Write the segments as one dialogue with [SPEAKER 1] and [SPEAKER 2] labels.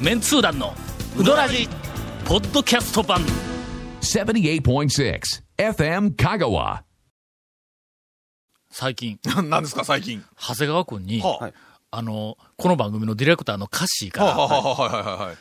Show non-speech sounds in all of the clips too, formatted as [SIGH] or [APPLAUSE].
[SPEAKER 1] メンツー団のウドラジポッドキャスト版
[SPEAKER 2] 78.6 FM Kagawa.
[SPEAKER 1] 最近
[SPEAKER 3] ななんですか、最近。
[SPEAKER 1] 長谷川君に、
[SPEAKER 3] はあ、はい、
[SPEAKER 1] あのこの番組のディレクターのカッシーか
[SPEAKER 3] は
[SPEAKER 1] ら
[SPEAKER 3] あ、はあ、はあ、はい、はい。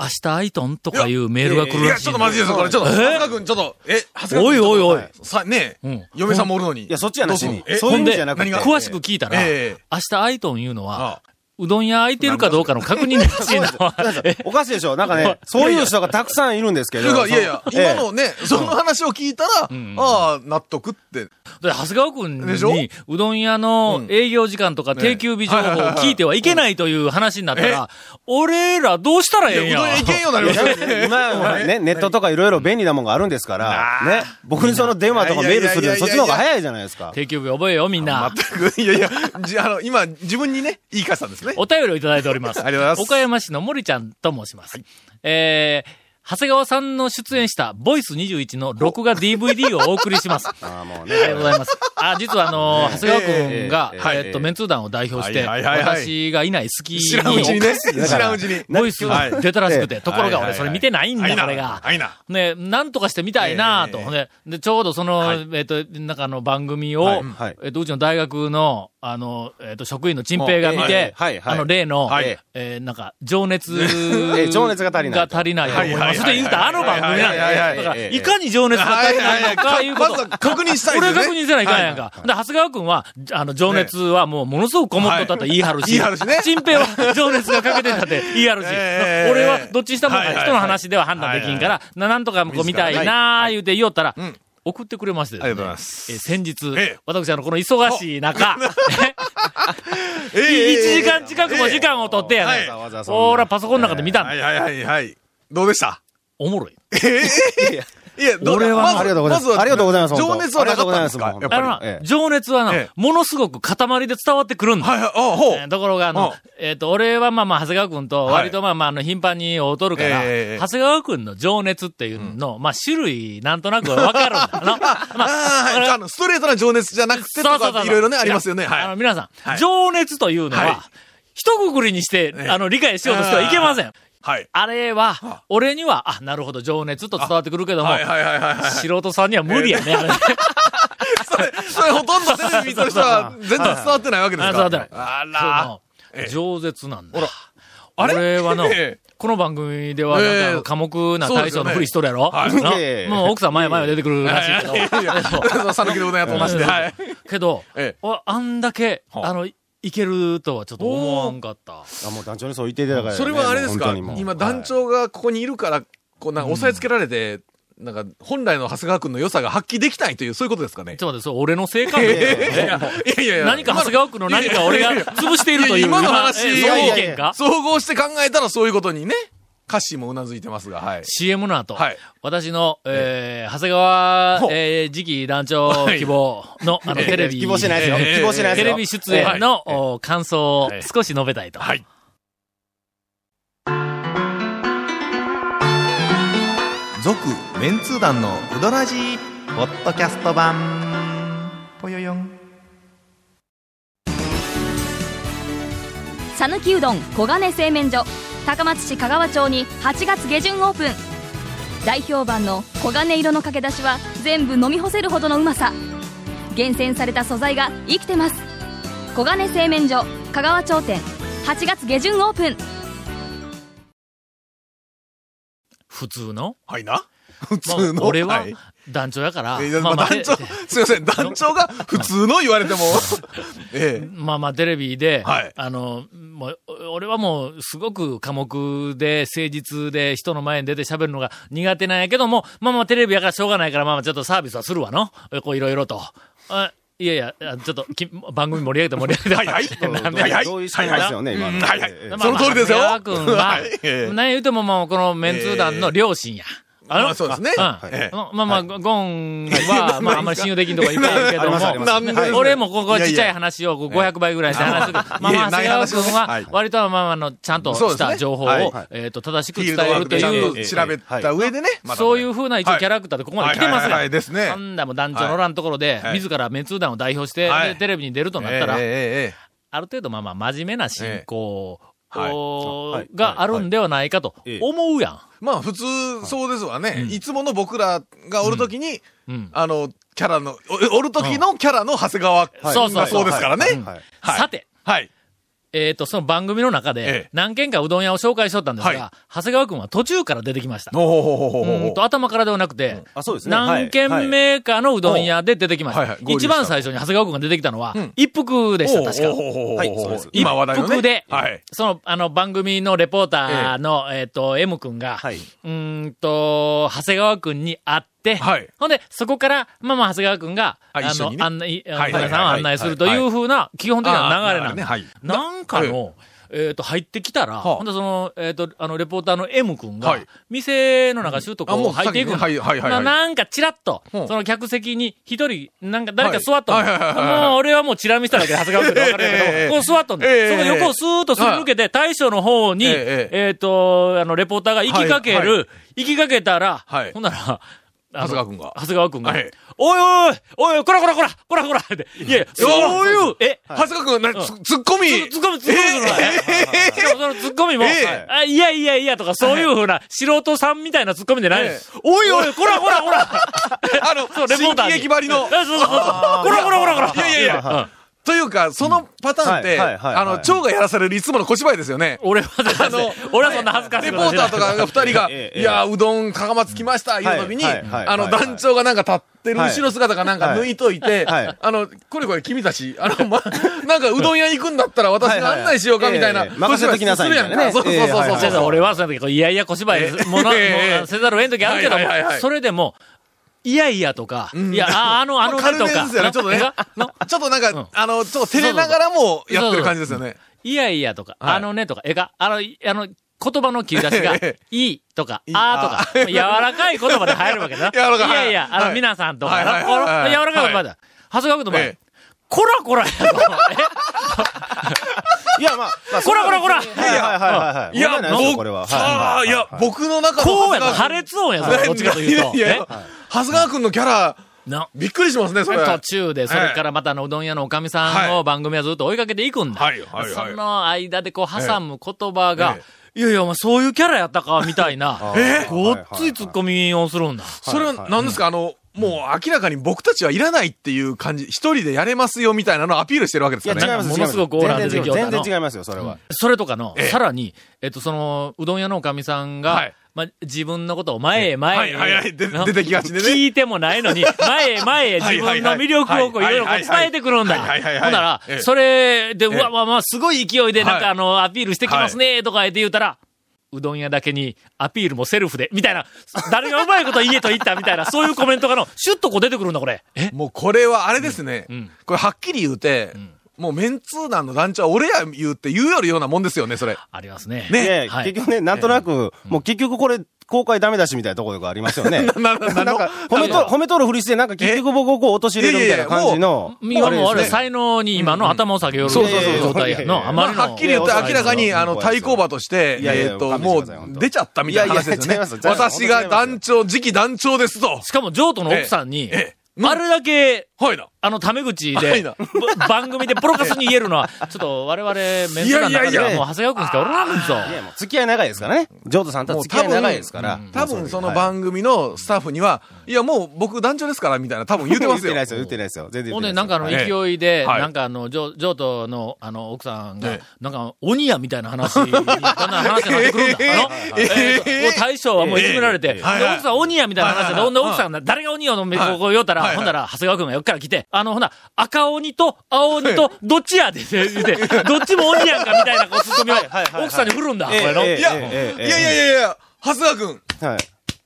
[SPEAKER 1] 明日アイトンとかいうメールが来る
[SPEAKER 3] いや、
[SPEAKER 1] らしい
[SPEAKER 3] ちょ
[SPEAKER 1] ね
[SPEAKER 3] っとまずいですよ、これ。ちょっと、長谷川君、ちょっと、え、長谷川君
[SPEAKER 1] おいおいおい
[SPEAKER 3] ちょっとさ、ね
[SPEAKER 1] うん
[SPEAKER 3] え、嫁さんもおるのに。
[SPEAKER 4] いや、そっちやなし
[SPEAKER 3] どう
[SPEAKER 4] に
[SPEAKER 3] ぞえ。
[SPEAKER 4] そういう意味じゃなく
[SPEAKER 3] ほ
[SPEAKER 4] て。
[SPEAKER 3] んで
[SPEAKER 1] 詳しく聞いたら、
[SPEAKER 3] ええ
[SPEAKER 1] 明日アイトンいうのは、
[SPEAKER 3] あ
[SPEAKER 1] うどん屋空いてるかどうかの確認らしいんだわ。 [LAUGHS] え
[SPEAKER 4] [LAUGHS] おかしいでしょなんか
[SPEAKER 3] [LAUGHS]
[SPEAKER 4] ね、そういう人がたくさんいるんですけ
[SPEAKER 3] いや
[SPEAKER 4] ど。
[SPEAKER 3] いやいや
[SPEAKER 4] そ、
[SPEAKER 3] 今のね、その話を聞いたら、ああ、納得って。
[SPEAKER 1] で長谷川君
[SPEAKER 3] でしょ
[SPEAKER 1] に、うどん屋の営業時間とか定休日情報を聞いてはいけないという話になったら、俺らどうしたらええん
[SPEAKER 3] いやうどん屋
[SPEAKER 1] や
[SPEAKER 3] い。けんようになりました
[SPEAKER 4] ええ
[SPEAKER 3] ね。
[SPEAKER 4] 今、ね、ネットとかいろいろ便利なもんがあるんですから、ね、僕にその電話とかメールするよりそっちの方が早いじゃないですか。
[SPEAKER 1] [LAUGHS] 定休日覚えようみんな。
[SPEAKER 3] 全 [LAUGHS] く、いやいや、じあの、今、自分にね、言い返したんですね。
[SPEAKER 1] お便りをいただいております。
[SPEAKER 3] ありがとうございます
[SPEAKER 1] 岡山市の森ちゃんと申します。えー、長谷川さんの出演した、ボイス21の録画 DVD をお送りし
[SPEAKER 3] [LAUGHS]
[SPEAKER 1] ます。
[SPEAKER 4] ああ、
[SPEAKER 1] あ
[SPEAKER 4] もう
[SPEAKER 1] りがとうござ
[SPEAKER 4] ね。
[SPEAKER 1] います。あ、実はあの、長谷川くんが、
[SPEAKER 4] え
[SPEAKER 1] え
[SPEAKER 4] えええ
[SPEAKER 1] ーっと、メンツー団を代表して、
[SPEAKER 3] はいはいはいはい
[SPEAKER 1] 私がいない好きに、
[SPEAKER 3] 知らんうちにね。知
[SPEAKER 4] だから
[SPEAKER 3] らんうちに。
[SPEAKER 1] ボイスが出たらしくて、ところが
[SPEAKER 3] はいはいは
[SPEAKER 1] 俺
[SPEAKER 3] い
[SPEAKER 1] それ見てないん
[SPEAKER 3] あ
[SPEAKER 1] だ、
[SPEAKER 3] いな
[SPEAKER 1] これが。
[SPEAKER 3] あいな
[SPEAKER 1] ね、なんとかして見たいなと。
[SPEAKER 3] ええ
[SPEAKER 1] ほんでで、ちょうどその、
[SPEAKER 3] は
[SPEAKER 1] えっと、なんかあの番組を、
[SPEAKER 4] はいはい
[SPEAKER 1] えっと、うちの大学の、あの、えっと、職員の陳平が見
[SPEAKER 4] え
[SPEAKER 1] て
[SPEAKER 4] え、はいは
[SPEAKER 1] あ
[SPEAKER 4] い
[SPEAKER 1] の、例の、
[SPEAKER 4] はい
[SPEAKER 1] えーなんか、情熱
[SPEAKER 4] ええ情熱が足りない
[SPEAKER 1] が足りないと思います。って言うたあの番組なん
[SPEAKER 3] はいはいはいは
[SPEAKER 1] だ。
[SPEAKER 3] い
[SPEAKER 1] だから、
[SPEAKER 4] ええ
[SPEAKER 1] いかに情熱が足りないのか、
[SPEAKER 3] はいいう
[SPEAKER 1] こ
[SPEAKER 3] はいはい
[SPEAKER 1] と。
[SPEAKER 3] まず確認したい
[SPEAKER 1] こ
[SPEAKER 3] で
[SPEAKER 1] れ
[SPEAKER 3] すね
[SPEAKER 1] 確認せないかんやんか。で、長谷川くんは、あの、情熱はもうものすごくこもっとったって言い張るし、
[SPEAKER 3] はい言い張るしね
[SPEAKER 1] 陳平
[SPEAKER 3] [LAUGHS]
[SPEAKER 1] は情熱が欠けてたって言い張るし、
[SPEAKER 3] ええ
[SPEAKER 1] 俺はどっちにしたもん
[SPEAKER 3] はいはい
[SPEAKER 1] か
[SPEAKER 3] はい
[SPEAKER 1] 人の話では判断できんから、ななんとかこう見たいなー言うて言おったら、送ってくれましてですね
[SPEAKER 3] ありがとうございます
[SPEAKER 1] えー先日、
[SPEAKER 3] ええ
[SPEAKER 1] 私あの、この忙しい中、 [LAUGHS]
[SPEAKER 3] ええええ
[SPEAKER 1] 1時間近くも時間を取ってや
[SPEAKER 3] え
[SPEAKER 1] ね
[SPEAKER 3] え
[SPEAKER 4] わざわざそんな
[SPEAKER 1] ほら、パソコンの中で見たんだ
[SPEAKER 3] はいはいはいはい。どうでした
[SPEAKER 1] おもろい。
[SPEAKER 3] いや、ど
[SPEAKER 4] 俺は
[SPEAKER 3] まず
[SPEAKER 4] ありがとうございます
[SPEAKER 3] ずは
[SPEAKER 4] ありがとうございます
[SPEAKER 3] 情熱はなかったんです
[SPEAKER 4] あ
[SPEAKER 3] か
[SPEAKER 4] り
[SPEAKER 3] やっ
[SPEAKER 4] が
[SPEAKER 1] あ
[SPEAKER 3] ぱ
[SPEAKER 1] の
[SPEAKER 3] り。
[SPEAKER 1] な
[SPEAKER 3] は、
[SPEAKER 4] ええ
[SPEAKER 1] 情熱はな、
[SPEAKER 3] ええ
[SPEAKER 1] ものすごく塊で伝わってくるんだ。
[SPEAKER 3] いはい、あほう
[SPEAKER 1] えー。ところが、あの、えっ、と、俺はまあまあ、長谷川くんと、
[SPEAKER 3] はい
[SPEAKER 1] 割とまあまあ、あの、頻繁に劣るから、
[SPEAKER 3] ええええ
[SPEAKER 1] 長谷川くんの情熱っていうの、まあ、種類、なんとなくわかるんだよ
[SPEAKER 3] [LAUGHS]
[SPEAKER 1] な。まあ
[SPEAKER 3] あーはいあの、ストレートな情熱じゃなくてと
[SPEAKER 1] そうそうそ
[SPEAKER 3] か
[SPEAKER 1] う
[SPEAKER 3] いろいろね、ありますよね。
[SPEAKER 1] いやあ
[SPEAKER 3] は
[SPEAKER 1] の、
[SPEAKER 3] い。
[SPEAKER 1] 皆さん、
[SPEAKER 3] はい
[SPEAKER 1] 情熱というのは、
[SPEAKER 3] はい
[SPEAKER 1] 一括りにして、
[SPEAKER 3] ええ
[SPEAKER 1] あの、理解しようとしてはいけません。
[SPEAKER 3] はい。
[SPEAKER 1] あれは、俺には、あ、なるほど、情熱と伝わってくるけども、
[SPEAKER 3] はいはいはいはいはい。
[SPEAKER 1] 素人さんには無理やね。あれね
[SPEAKER 3] それ、それほとんどテレビ見てる人は全然伝わってないわけですか
[SPEAKER 1] あ伝わってない
[SPEAKER 3] あら。
[SPEAKER 1] そうなの饒舌なんだ。
[SPEAKER 3] あれ、
[SPEAKER 1] 俺はの
[SPEAKER 3] ええ
[SPEAKER 1] この番組では、なんか、寡黙な大将のふりしとるやろ、
[SPEAKER 3] そうですよね
[SPEAKER 1] な
[SPEAKER 4] はいええ
[SPEAKER 1] もう奥さん前前々出てくるらしいけど。
[SPEAKER 3] いや、さぬきでございます。同じで。はい。
[SPEAKER 1] けど、
[SPEAKER 3] ええ
[SPEAKER 1] 俺あんだけ、
[SPEAKER 3] はあ
[SPEAKER 1] あの、いけるとはちょっと思わんかった。
[SPEAKER 4] あもう団長にそう言っていただからね。
[SPEAKER 3] それはあれで
[SPEAKER 4] もう
[SPEAKER 3] すか
[SPEAKER 4] 本当にもう
[SPEAKER 3] 今団長がここにいるから、こうなんか押さえつけられて、なんか本来の長谷川君の良さが発揮できないという、そういうことですかね。
[SPEAKER 1] ちょっと待って、それ俺のせいかもね
[SPEAKER 3] いやいやいやいや
[SPEAKER 1] 何か長谷川区の何か俺が潰しているという。
[SPEAKER 3] いや今の話
[SPEAKER 1] ええそういう意見
[SPEAKER 4] いやいやい
[SPEAKER 1] か
[SPEAKER 3] 総合して考えたらそういうことにね、歌詞もうなずいてますが、はい。
[SPEAKER 1] CM の後、
[SPEAKER 3] はい
[SPEAKER 1] 私の、えー、長谷川
[SPEAKER 3] ほう、
[SPEAKER 1] えー、次期団長希望の、あの、
[SPEAKER 4] ええ
[SPEAKER 1] テレビ、
[SPEAKER 4] 希望しないですよ。
[SPEAKER 3] ええ
[SPEAKER 4] 希望しないです
[SPEAKER 1] テ
[SPEAKER 4] よ。
[SPEAKER 1] レビ出演の、お感想を
[SPEAKER 3] はい
[SPEAKER 1] 少し述べたいと。
[SPEAKER 3] はい。
[SPEAKER 5] 続メンツー団のウドラジーポッドキャスト版ぽよよん
[SPEAKER 6] さぬきうどん黄金製麺所高松市香川町に8月下旬オープン大評判の黄金色のかけだしは全部飲み干せるほどのうまさ厳選された素材が生きてます黄金製麺所香川町店8月下旬オープン
[SPEAKER 1] 普通の
[SPEAKER 3] はいな。 [LAUGHS] 普通
[SPEAKER 1] ま
[SPEAKER 3] の。
[SPEAKER 1] あ俺は
[SPEAKER 3] はい、
[SPEAKER 1] 団長やから、
[SPEAKER 3] えーまあ団長
[SPEAKER 1] で、
[SPEAKER 3] すいません、団長が普通の言われても。 [LAUGHS] ええ。
[SPEAKER 1] まあまあテレビで、
[SPEAKER 3] はい
[SPEAKER 1] あの、もう、俺はもうすごく寡黙で誠実で人の前に出て喋るのが苦手なんやけども、まあまあテレビやからしょうがないから、まあまあちょっとサービスはするわの。こういろいろと。あいやいや、あちょっとき番組盛り上げて盛り上げて。
[SPEAKER 3] はいはい
[SPEAKER 1] なんで
[SPEAKER 3] はいはい
[SPEAKER 4] 同意してますよね、今の。
[SPEAKER 3] はいはい
[SPEAKER 4] ええ
[SPEAKER 3] その通りですよ
[SPEAKER 1] [LAUGHS] まあ長谷川君は
[SPEAKER 3] [LAUGHS] はいえ、え
[SPEAKER 1] 何言うてももうこのメンツー団の両親や。あの
[SPEAKER 3] まあそうですね。
[SPEAKER 1] うん
[SPEAKER 3] ええ
[SPEAKER 1] まあまあ、ゴンは、まああんまり信用できんとかいっぱいあるけど
[SPEAKER 3] [LAUGHS]
[SPEAKER 4] ありますあり
[SPEAKER 1] も
[SPEAKER 4] ま、
[SPEAKER 3] なんで
[SPEAKER 4] はい
[SPEAKER 1] 俺もここはい
[SPEAKER 3] やい
[SPEAKER 1] ち
[SPEAKER 3] や
[SPEAKER 1] っちゃい話をこう500倍ぐらいして話するけど、まあまあ、長
[SPEAKER 3] な
[SPEAKER 1] 谷
[SPEAKER 3] い
[SPEAKER 1] 川
[SPEAKER 3] 話
[SPEAKER 1] 君
[SPEAKER 3] をねは、
[SPEAKER 1] はい割とまあまあ、あの、ちゃんと
[SPEAKER 3] そうで
[SPEAKER 1] し
[SPEAKER 3] すね
[SPEAKER 1] た情報を
[SPEAKER 3] はい、
[SPEAKER 1] えっと、正しく
[SPEAKER 3] フ
[SPEAKER 1] 伝
[SPEAKER 3] ィールドワ
[SPEAKER 1] える
[SPEAKER 3] ーク
[SPEAKER 1] と
[SPEAKER 3] でちゃん
[SPEAKER 1] い
[SPEAKER 3] と
[SPEAKER 1] う、
[SPEAKER 3] 調べた上でね。まだまだ
[SPEAKER 1] そういうふうな一応
[SPEAKER 3] はい
[SPEAKER 1] キャラクターでここまで来てます
[SPEAKER 3] はいはい
[SPEAKER 1] が
[SPEAKER 3] は
[SPEAKER 1] ん。
[SPEAKER 3] いですね
[SPEAKER 1] なんだもう団長の欄のところで、
[SPEAKER 3] はい
[SPEAKER 1] 自らメンツー団を代表して、
[SPEAKER 3] はい
[SPEAKER 1] でテレビに出るとなった
[SPEAKER 3] えええ
[SPEAKER 1] ら、
[SPEAKER 3] えええ
[SPEAKER 1] ある程度まあまあ、真面目な進行
[SPEAKER 3] はい
[SPEAKER 1] おー
[SPEAKER 4] はい
[SPEAKER 1] があるんではないかと
[SPEAKER 4] はいはい
[SPEAKER 1] 思うやん。
[SPEAKER 3] まあ普通そうですわね、い、つもの僕らがおるときに、
[SPEAKER 1] うん
[SPEAKER 3] あの、キャラの、おおるときのキャラの長谷川
[SPEAKER 1] いそうそう
[SPEAKER 3] がそうですからね。
[SPEAKER 4] はいはい
[SPEAKER 3] はい
[SPEAKER 1] さて、
[SPEAKER 3] はい。
[SPEAKER 1] えっ、と、その番組の中
[SPEAKER 3] え
[SPEAKER 1] で
[SPEAKER 3] え、
[SPEAKER 1] 何軒かうどん屋を紹介しとったんですが、
[SPEAKER 3] はい
[SPEAKER 1] 長谷川くんは途中から出てきました。
[SPEAKER 3] ほうほうほうほうほう
[SPEAKER 1] うんと頭からではなくて、
[SPEAKER 4] あそうですねは
[SPEAKER 1] 何
[SPEAKER 4] い
[SPEAKER 1] 軒目かのうどん屋で出てきました。
[SPEAKER 3] はいはい合流
[SPEAKER 1] 一
[SPEAKER 3] した
[SPEAKER 1] 番最初に長谷川くんが出てきたのは、
[SPEAKER 3] ん
[SPEAKER 1] 一服でした、確か。
[SPEAKER 3] ほうほうほうほうほう
[SPEAKER 4] はいそうです
[SPEAKER 3] 今話題のね。
[SPEAKER 1] 一服で、
[SPEAKER 3] はい。
[SPEAKER 1] その、あの、番組のレポーターの、えっ、と、M 君が、
[SPEAKER 4] はいう
[SPEAKER 1] ーんと、長谷川君に会って、
[SPEAKER 3] はい
[SPEAKER 1] ほんで、そこから、まあまあ、長谷川君が、
[SPEAKER 3] あ一緒にね
[SPEAKER 1] 案内、あの
[SPEAKER 3] はいはいはい
[SPEAKER 1] 皆さんを案内するというふうな、基本的な流れなんで
[SPEAKER 3] あー流れねはい
[SPEAKER 1] なんかの、えっ、と、入ってきたら、
[SPEAKER 3] あ
[SPEAKER 1] ほんで、その、えっ、と、あの、レポーターの M 君が、
[SPEAKER 3] はい
[SPEAKER 1] 店の中、シュート
[SPEAKER 3] あ
[SPEAKER 1] こ
[SPEAKER 3] も
[SPEAKER 1] う
[SPEAKER 3] う
[SPEAKER 1] 入っていくんです
[SPEAKER 3] 先にねはいはいはいはい
[SPEAKER 1] ななんか、ちらっと、
[SPEAKER 3] うん
[SPEAKER 1] その客席に一人、なんか、誰か座っとんの、
[SPEAKER 3] はいはいはいはいはい
[SPEAKER 1] もう、俺はもう、チラ見しただけで長谷川君で分かるんやけど、
[SPEAKER 3] ええ
[SPEAKER 1] こう座っとんの、
[SPEAKER 3] ええ
[SPEAKER 1] その横をスーッとすり抜けて、大将の方に、
[SPEAKER 3] ええ
[SPEAKER 1] えっ、と、あの、レポーターが行きかけ
[SPEAKER 3] はいは
[SPEAKER 1] る、行きかけたら、
[SPEAKER 3] はい
[SPEAKER 1] ほんなら、あの
[SPEAKER 3] 長谷川君が
[SPEAKER 1] 長谷川君が、
[SPEAKER 3] はい
[SPEAKER 1] おいおいおいおい、こらこらこらこらこらって、いやいや、そういう、え、
[SPEAKER 3] 長谷川くんはな、ツツッコミ。
[SPEAKER 1] ツッコミ、ツッコミするのね。しかもそのツッコミも、
[SPEAKER 3] え
[SPEAKER 4] え
[SPEAKER 1] あいやいやいやとか、そういうふうな、素人さんみたいなツッコミでない、
[SPEAKER 3] ええ
[SPEAKER 1] おいおい、こらこらこら
[SPEAKER 3] あの、
[SPEAKER 1] そう、レポーター
[SPEAKER 3] 新
[SPEAKER 1] に。
[SPEAKER 3] 喜劇ばりの
[SPEAKER 1] え。そうそうそう。こらこらこらこら
[SPEAKER 3] いやいやいや
[SPEAKER 1] うん
[SPEAKER 3] というか、そのパターンっ
[SPEAKER 4] うん
[SPEAKER 3] て、
[SPEAKER 4] はいはいはい
[SPEAKER 3] あの、
[SPEAKER 4] はい
[SPEAKER 3] 蝶がやらされるいつもの小芝居ですよね。
[SPEAKER 1] 俺は、あの
[SPEAKER 3] の、
[SPEAKER 1] 俺はそんな恥ずかしいこ
[SPEAKER 3] レポ
[SPEAKER 1] と
[SPEAKER 3] ー
[SPEAKER 1] し
[SPEAKER 3] タ
[SPEAKER 1] ない
[SPEAKER 3] ーとかが二人が、
[SPEAKER 4] ええええ
[SPEAKER 3] いやー、うどん、かがまつきました、いう時に、
[SPEAKER 4] はいはい
[SPEAKER 3] あの、
[SPEAKER 4] はいはい
[SPEAKER 3] 団長がなんか立ってる後ろ姿がなんか
[SPEAKER 4] はい
[SPEAKER 3] 抜いといて、
[SPEAKER 4] はいはい
[SPEAKER 3] あの、これこれ君たち、あの、ま、なんかうどん屋行くんだったら私が案内しようかみたいな。
[SPEAKER 4] はいはいはいええええ任せときなさいみたいなね
[SPEAKER 3] そうそうそうそう
[SPEAKER 4] ええはいはい
[SPEAKER 3] そう
[SPEAKER 1] 先生俺はその時こう、いやいや小芝居、もの、も
[SPEAKER 3] ええ
[SPEAKER 1] うせざるを得ん時あるけども
[SPEAKER 3] はいはいはいは、い
[SPEAKER 1] それでも、いやいやとか、
[SPEAKER 3] ん
[SPEAKER 1] いや、ああの、あの
[SPEAKER 3] 軽
[SPEAKER 1] 時
[SPEAKER 3] め
[SPEAKER 1] と
[SPEAKER 3] で
[SPEAKER 1] か、
[SPEAKER 3] すよね、ちょっとね
[SPEAKER 1] な。
[SPEAKER 3] ちょっとなんか、
[SPEAKER 1] うん
[SPEAKER 3] あの、ちょっと照れながらもやってる感じですよね。
[SPEAKER 1] いやいやとか、
[SPEAKER 3] はい
[SPEAKER 1] あのねとか、えか、あの、あの、言葉の切り出しが、い
[SPEAKER 3] [LAUGHS] え
[SPEAKER 1] いとか、あーとか、柔らかい言葉で入るわけだな。
[SPEAKER 3] [LAUGHS] 柔らかい
[SPEAKER 1] いやいや、あ
[SPEAKER 3] は
[SPEAKER 1] の、
[SPEAKER 3] い
[SPEAKER 1] 皆さんと
[SPEAKER 3] は
[SPEAKER 1] か
[SPEAKER 3] いはいはいは
[SPEAKER 1] な、
[SPEAKER 3] い
[SPEAKER 1] 柔らかい言葉だ。長谷川君と
[SPEAKER 3] え
[SPEAKER 1] 前
[SPEAKER 3] え、
[SPEAKER 1] こらこらやぞ
[SPEAKER 4] いや、まあ、まあ
[SPEAKER 1] えこらこら
[SPEAKER 3] [LAUGHS]
[SPEAKER 1] こら
[SPEAKER 4] はいはいはいはい。
[SPEAKER 3] いや、
[SPEAKER 4] 問題ないですよこ
[SPEAKER 3] 僕、
[SPEAKER 4] れは。
[SPEAKER 3] あ
[SPEAKER 4] は
[SPEAKER 3] あ、いや、僕の中の
[SPEAKER 1] こうや
[SPEAKER 3] 長
[SPEAKER 1] な、破
[SPEAKER 3] 谷
[SPEAKER 1] 裂音やぞ、
[SPEAKER 3] 川
[SPEAKER 1] どっちかというと。
[SPEAKER 3] いやい
[SPEAKER 1] え
[SPEAKER 3] や長谷川くんのキャラ、
[SPEAKER 1] な
[SPEAKER 3] びっくりします [LAUGHS] ね、それ。
[SPEAKER 1] 途中で、それからまたあのうどん屋のおかみさんを番組はずっと追いかけていくんだ。
[SPEAKER 3] はいはいはい
[SPEAKER 1] その間でこう挟む言葉が、
[SPEAKER 3] え
[SPEAKER 1] いやいや、お前そういうキャラやったか、みたい
[SPEAKER 3] [LAUGHS]
[SPEAKER 1] な、
[SPEAKER 4] え
[SPEAKER 1] ごっついツッコミをするんだ。
[SPEAKER 3] それは何ですか、あの、もう明らかに僕たちはいらないっていう感じ、一人でやれますよみたいなのをアピールしてるわけです
[SPEAKER 4] いや、
[SPEAKER 3] か
[SPEAKER 4] 違
[SPEAKER 3] ね。
[SPEAKER 4] います、違います。
[SPEAKER 1] ものすごくオーラ出てきよったの
[SPEAKER 4] 全然違いますよ、それは。
[SPEAKER 1] それとかの、
[SPEAKER 3] ええ
[SPEAKER 1] さらに、えっと、その、うどん屋のおかみさんが、
[SPEAKER 3] はい
[SPEAKER 1] まあ、自分のことを前へ
[SPEAKER 3] は
[SPEAKER 1] 前へ、
[SPEAKER 3] いはいはいで
[SPEAKER 1] な
[SPEAKER 3] 出てきがちでね
[SPEAKER 1] 聞いてもない
[SPEAKER 3] [LAUGHS]
[SPEAKER 1] のに、前へ前へ自分の魅力をこう、い
[SPEAKER 3] は
[SPEAKER 1] ろい
[SPEAKER 3] い
[SPEAKER 1] ろ
[SPEAKER 3] はい
[SPEAKER 1] こう
[SPEAKER 3] はい
[SPEAKER 1] 伝えてくるんだ。ほん
[SPEAKER 3] はいはいはい
[SPEAKER 1] なら
[SPEAKER 3] え、え
[SPEAKER 1] それで、う
[SPEAKER 3] え
[SPEAKER 1] わ、まあまあ、すごい勢いで、なん
[SPEAKER 3] は
[SPEAKER 1] か
[SPEAKER 3] い
[SPEAKER 1] あの、アピールしてきますね、とか言って言うたら、うどん屋だけにアピールもセルフで、みたいな、誰がうまいこと言えと言ったみたいな、そういうコメントがの、シュッとこう出てくるんだ、これ。え
[SPEAKER 3] もうこれはあれですね。
[SPEAKER 1] うんうん
[SPEAKER 3] これはっきり言うて、もうメンツー団の団長は俺や言うって言うよりようなもんですよね、それ。
[SPEAKER 1] ありますね。
[SPEAKER 3] ね
[SPEAKER 4] で、
[SPEAKER 1] はい
[SPEAKER 4] 結局ね、なんとなく、もう結局これ、公開ダメだしみたいなところがありますよね。なんか、褒めと、褒めとるふりして、なんか結局僕をこう落とし入れるみたいな感じの。
[SPEAKER 1] 今もうあれ、
[SPEAKER 4] ですね
[SPEAKER 1] 才能に今の頭を下げよる
[SPEAKER 3] そうそうそう
[SPEAKER 1] 状態や
[SPEAKER 4] いやいやい
[SPEAKER 1] の。
[SPEAKER 4] や
[SPEAKER 1] あ
[SPEAKER 3] ま
[SPEAKER 1] ま
[SPEAKER 3] あ、
[SPEAKER 1] りの。
[SPEAKER 3] はっきり言って明らかに、
[SPEAKER 4] そうそうそう
[SPEAKER 3] あの、対抗馬として、
[SPEAKER 4] いやいや
[SPEAKER 3] えっと、
[SPEAKER 4] 勘弁して
[SPEAKER 3] も
[SPEAKER 4] ください本
[SPEAKER 3] う
[SPEAKER 4] 当
[SPEAKER 3] 出ちゃったみたいな話です
[SPEAKER 4] いや
[SPEAKER 3] よ
[SPEAKER 4] い
[SPEAKER 3] ね
[SPEAKER 4] や違い。ます
[SPEAKER 3] 私が団長、次期団長ですと。
[SPEAKER 1] しかも、譲渡の奥さんに
[SPEAKER 3] えええ、え
[SPEAKER 1] あれだけ、
[SPEAKER 3] はいな。
[SPEAKER 1] あの、タメ口
[SPEAKER 3] は
[SPEAKER 1] で
[SPEAKER 3] いな、
[SPEAKER 1] ぶ番組でプロカスに言えるのは、ちょっと我々、メンツ団の中
[SPEAKER 3] い
[SPEAKER 1] で
[SPEAKER 3] や
[SPEAKER 1] は
[SPEAKER 3] いやい
[SPEAKER 1] もう、
[SPEAKER 3] や
[SPEAKER 1] 長谷川くんしかおらんぞ。
[SPEAKER 4] いや、もう付き合い長いですからね。ジョードさんとは付き合い長いですから。
[SPEAKER 3] 多分その
[SPEAKER 4] 番
[SPEAKER 3] 番組のスタッフには、いや、もう僕団長ですから、みたいな、多分言うてますよ
[SPEAKER 4] 言ってない。ですよ、言ってないですよ。全然言
[SPEAKER 1] ほ
[SPEAKER 4] っ
[SPEAKER 1] ん
[SPEAKER 4] てな
[SPEAKER 1] で、
[SPEAKER 4] いですよ。
[SPEAKER 1] なんかあの、
[SPEAKER 3] ええ
[SPEAKER 1] 勢いで、
[SPEAKER 3] はい
[SPEAKER 1] なんかあの、譲譲渡の、あの、奥さんが
[SPEAKER 3] ええ、
[SPEAKER 1] なんか、鬼やみたいな話、だ [LAUGHS] んだん話になってくるんだ。あの
[SPEAKER 3] ええ
[SPEAKER 1] えーもう大将はもういじめられて、
[SPEAKER 3] ええ
[SPEAKER 1] で、
[SPEAKER 3] はいはい
[SPEAKER 1] 奥さん鬼やみたいな話
[SPEAKER 3] は
[SPEAKER 1] で、
[SPEAKER 3] いはい
[SPEAKER 1] ほんで、奥さんが、誰が鬼よの目こう言うたら、
[SPEAKER 3] はいはい
[SPEAKER 1] ほんなら、長谷川くんが横から来て、あの、ほな、赤鬼と青鬼と、どっち
[SPEAKER 3] [LAUGHS]
[SPEAKER 1] やって言って、どっちも鬼やんかみたいな、こう、ツッコミを、奥さんに振るんだ、これの。
[SPEAKER 3] いや、
[SPEAKER 4] え
[SPEAKER 3] い
[SPEAKER 4] えええ
[SPEAKER 3] やいやいやいや、長谷川君、
[SPEAKER 4] はい。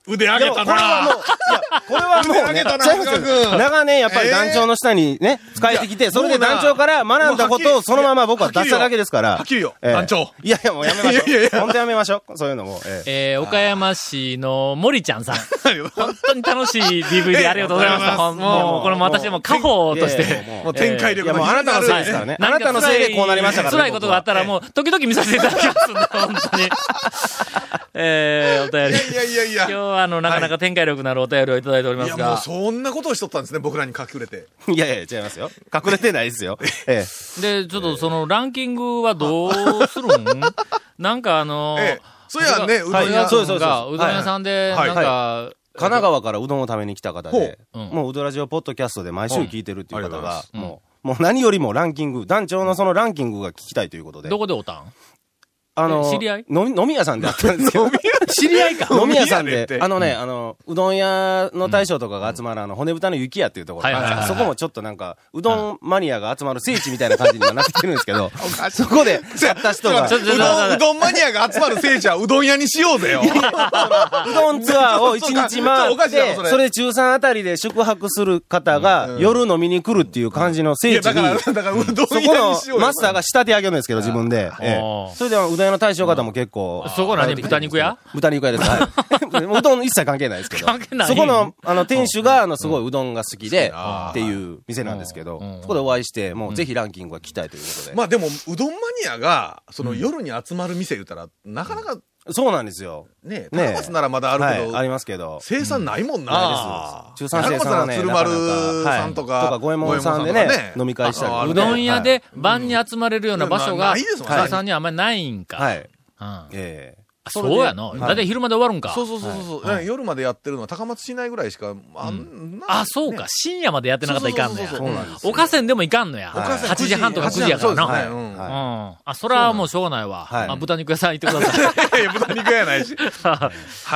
[SPEAKER 3] 腕上
[SPEAKER 4] い
[SPEAKER 3] げ
[SPEAKER 4] や、こ
[SPEAKER 3] た
[SPEAKER 4] れ
[SPEAKER 3] な。
[SPEAKER 4] はもう、いや、これはもうね、
[SPEAKER 3] 上げたな
[SPEAKER 4] ちゃいますよ
[SPEAKER 3] 長谷川君
[SPEAKER 4] 長年やっぱり団長の下にね、使えてきて、それで団長から学んだことをそのまま僕は出しただけですから。
[SPEAKER 3] はっきりよ
[SPEAKER 4] ええ
[SPEAKER 3] 団長
[SPEAKER 4] いやいや、もうやめましょ。
[SPEAKER 3] いやいやいうや
[SPEAKER 4] 本当やめましょう。そういうのも。ええ
[SPEAKER 1] えー、岡山市の森ちゃんさん。
[SPEAKER 3] ありがとうございます
[SPEAKER 1] 本当に楽しい DVD ありがとうございました。
[SPEAKER 3] ありがと
[SPEAKER 1] ほ
[SPEAKER 3] うんございます
[SPEAKER 1] もう、これも私も家宝とし
[SPEAKER 4] いや
[SPEAKER 1] て
[SPEAKER 4] いや。もう
[SPEAKER 3] もう展開
[SPEAKER 4] い
[SPEAKER 3] 力
[SPEAKER 4] や、もう
[SPEAKER 3] の
[SPEAKER 4] あなたのせいですからね。あなたのせいでこうなりましたから
[SPEAKER 3] [LAUGHS]
[SPEAKER 4] ね。
[SPEAKER 1] 辛いことがあったらもう、時々見させていただきますんで、本当に。えー、お便り。
[SPEAKER 3] いやいやいやいや
[SPEAKER 1] 今日はあの、なかなか展開力のあるお便りをいただいておりま
[SPEAKER 3] い
[SPEAKER 1] す
[SPEAKER 3] や、
[SPEAKER 1] が。
[SPEAKER 3] もうそんなことをしとったんですね、僕らに隠れて。
[SPEAKER 4] いやいや、違いますよ。隠れてないですよ。ええ。
[SPEAKER 1] で、ちょっとそのランキングはどうするんなんかあの、
[SPEAKER 3] [LAUGHS] ええそういやね
[SPEAKER 1] う
[SPEAKER 3] うどん屋
[SPEAKER 1] どん屋
[SPEAKER 4] そ
[SPEAKER 1] さ
[SPEAKER 4] うそ
[SPEAKER 1] ん
[SPEAKER 4] うそう
[SPEAKER 1] が、
[SPEAKER 4] そう
[SPEAKER 1] うどん屋さんで、
[SPEAKER 3] はい
[SPEAKER 1] なんか、
[SPEAKER 4] 神奈川からうどんを食べに来た方で、
[SPEAKER 1] ほううん
[SPEAKER 4] もううどラジオポッドキャストで毎週聞いてるっていう
[SPEAKER 3] う
[SPEAKER 4] 方
[SPEAKER 3] んあ
[SPEAKER 4] が、もう、もう何よりもランキング、団長のそのランキングが聞きたいということで
[SPEAKER 1] ど、こでおったん
[SPEAKER 4] あの、
[SPEAKER 1] え知り合い
[SPEAKER 4] 飲み飲み屋さんであったんですけど、知り合いか飲み屋さ
[SPEAKER 3] 飲
[SPEAKER 4] ん
[SPEAKER 3] み屋でっ
[SPEAKER 4] で
[SPEAKER 3] て、
[SPEAKER 4] あのね、あの、うどん屋の大将とかが集まる、あの、骨豚の雪屋っていうところがあるんですけ
[SPEAKER 1] はいは
[SPEAKER 4] ど
[SPEAKER 1] いはいはい
[SPEAKER 4] そこもちょっとなんか、うどんマニアが集まる聖地みたいな感じにはなってきてるんです
[SPEAKER 3] [LAUGHS]
[SPEAKER 4] けど、そこで、やった人が、
[SPEAKER 1] ちょ
[SPEAKER 3] う
[SPEAKER 1] ちょちょち
[SPEAKER 3] どん、
[SPEAKER 1] ょ
[SPEAKER 3] うどんマニアが集まる聖地はうどん屋にしようぜよ。
[SPEAKER 4] うどんツアーを一
[SPEAKER 3] そ
[SPEAKER 4] 日
[SPEAKER 3] うかそうかおか
[SPEAKER 4] 回っ
[SPEAKER 3] しいな
[SPEAKER 4] て、
[SPEAKER 3] それ
[SPEAKER 4] それ中3あたりで宿泊する方が、夜飲みに来るっていう感じの
[SPEAKER 3] い
[SPEAKER 4] 聖
[SPEAKER 3] や、
[SPEAKER 4] 地
[SPEAKER 3] だから、
[SPEAKER 4] に、
[SPEAKER 3] だから、うど
[SPEAKER 4] そ
[SPEAKER 3] ん [LAUGHS]
[SPEAKER 4] こ
[SPEAKER 3] 屋にしよ
[SPEAKER 4] の
[SPEAKER 3] うよ
[SPEAKER 4] マ。スターが仕立て上げるんですけど、自分で。え
[SPEAKER 1] お
[SPEAKER 4] え
[SPEAKER 1] ー
[SPEAKER 4] それでは、うどん屋の大将方も結構。
[SPEAKER 1] そこ何
[SPEAKER 4] 帰ってきてるんですけど
[SPEAKER 1] 豚
[SPEAKER 4] 豚肉屋です。はい。もううどん一切関係ないですけど。
[SPEAKER 1] 関係ない
[SPEAKER 4] そこの、あの、店主が、あの、すごいうどんが好きで、っていう店なんですけど
[SPEAKER 1] うん、
[SPEAKER 4] そこでお会いして、もうぜひランキングは聞きたいということで。
[SPEAKER 3] まあでも、うどんマニアが、その夜に集まる店言ったら、なかなか
[SPEAKER 4] そうなんですよ。
[SPEAKER 3] ね、
[SPEAKER 4] ね
[SPEAKER 3] 高松ならまだあ
[SPEAKER 4] は
[SPEAKER 3] るけ
[SPEAKER 4] い、
[SPEAKER 3] ど、
[SPEAKER 4] ありますけど。
[SPEAKER 3] 生産ないもんな。
[SPEAKER 4] 中産生産
[SPEAKER 3] 高松な
[SPEAKER 4] はね、
[SPEAKER 3] ら鶴丸さんと
[SPEAKER 4] なな
[SPEAKER 3] か、
[SPEAKER 4] はいとか五右衛門さんでね
[SPEAKER 3] 五右衛門
[SPEAKER 4] 飲み会したり
[SPEAKER 3] あある
[SPEAKER 1] う
[SPEAKER 3] ね
[SPEAKER 1] どん屋で晩に集まれるような場所
[SPEAKER 3] うん
[SPEAKER 1] が、
[SPEAKER 3] ないですもんね
[SPEAKER 1] ささんにはあんまりないんか。
[SPEAKER 4] はい。
[SPEAKER 1] うん
[SPEAKER 4] ええ
[SPEAKER 1] あそうやの。
[SPEAKER 4] はい
[SPEAKER 1] だいたい昼まで終わるんか。
[SPEAKER 3] そうそうそうそう、だから夜までやってるのは高松市内ぐらいしか、あんな
[SPEAKER 1] あ、そうか。深夜までやってなかったらいかんのや
[SPEAKER 3] そう。
[SPEAKER 4] そうなんですよ。
[SPEAKER 1] おかせんでもいかんのや。
[SPEAKER 3] おかせん
[SPEAKER 1] 8時半とか9時やからな。
[SPEAKER 3] そうですね
[SPEAKER 4] う
[SPEAKER 3] うん
[SPEAKER 4] ん
[SPEAKER 1] う
[SPEAKER 4] は
[SPEAKER 1] ん。
[SPEAKER 4] い
[SPEAKER 1] あ、それはもうしょうがないわ。
[SPEAKER 4] はい
[SPEAKER 1] あ豚肉屋さん行ってください。
[SPEAKER 3] いやいや、豚肉やないし。は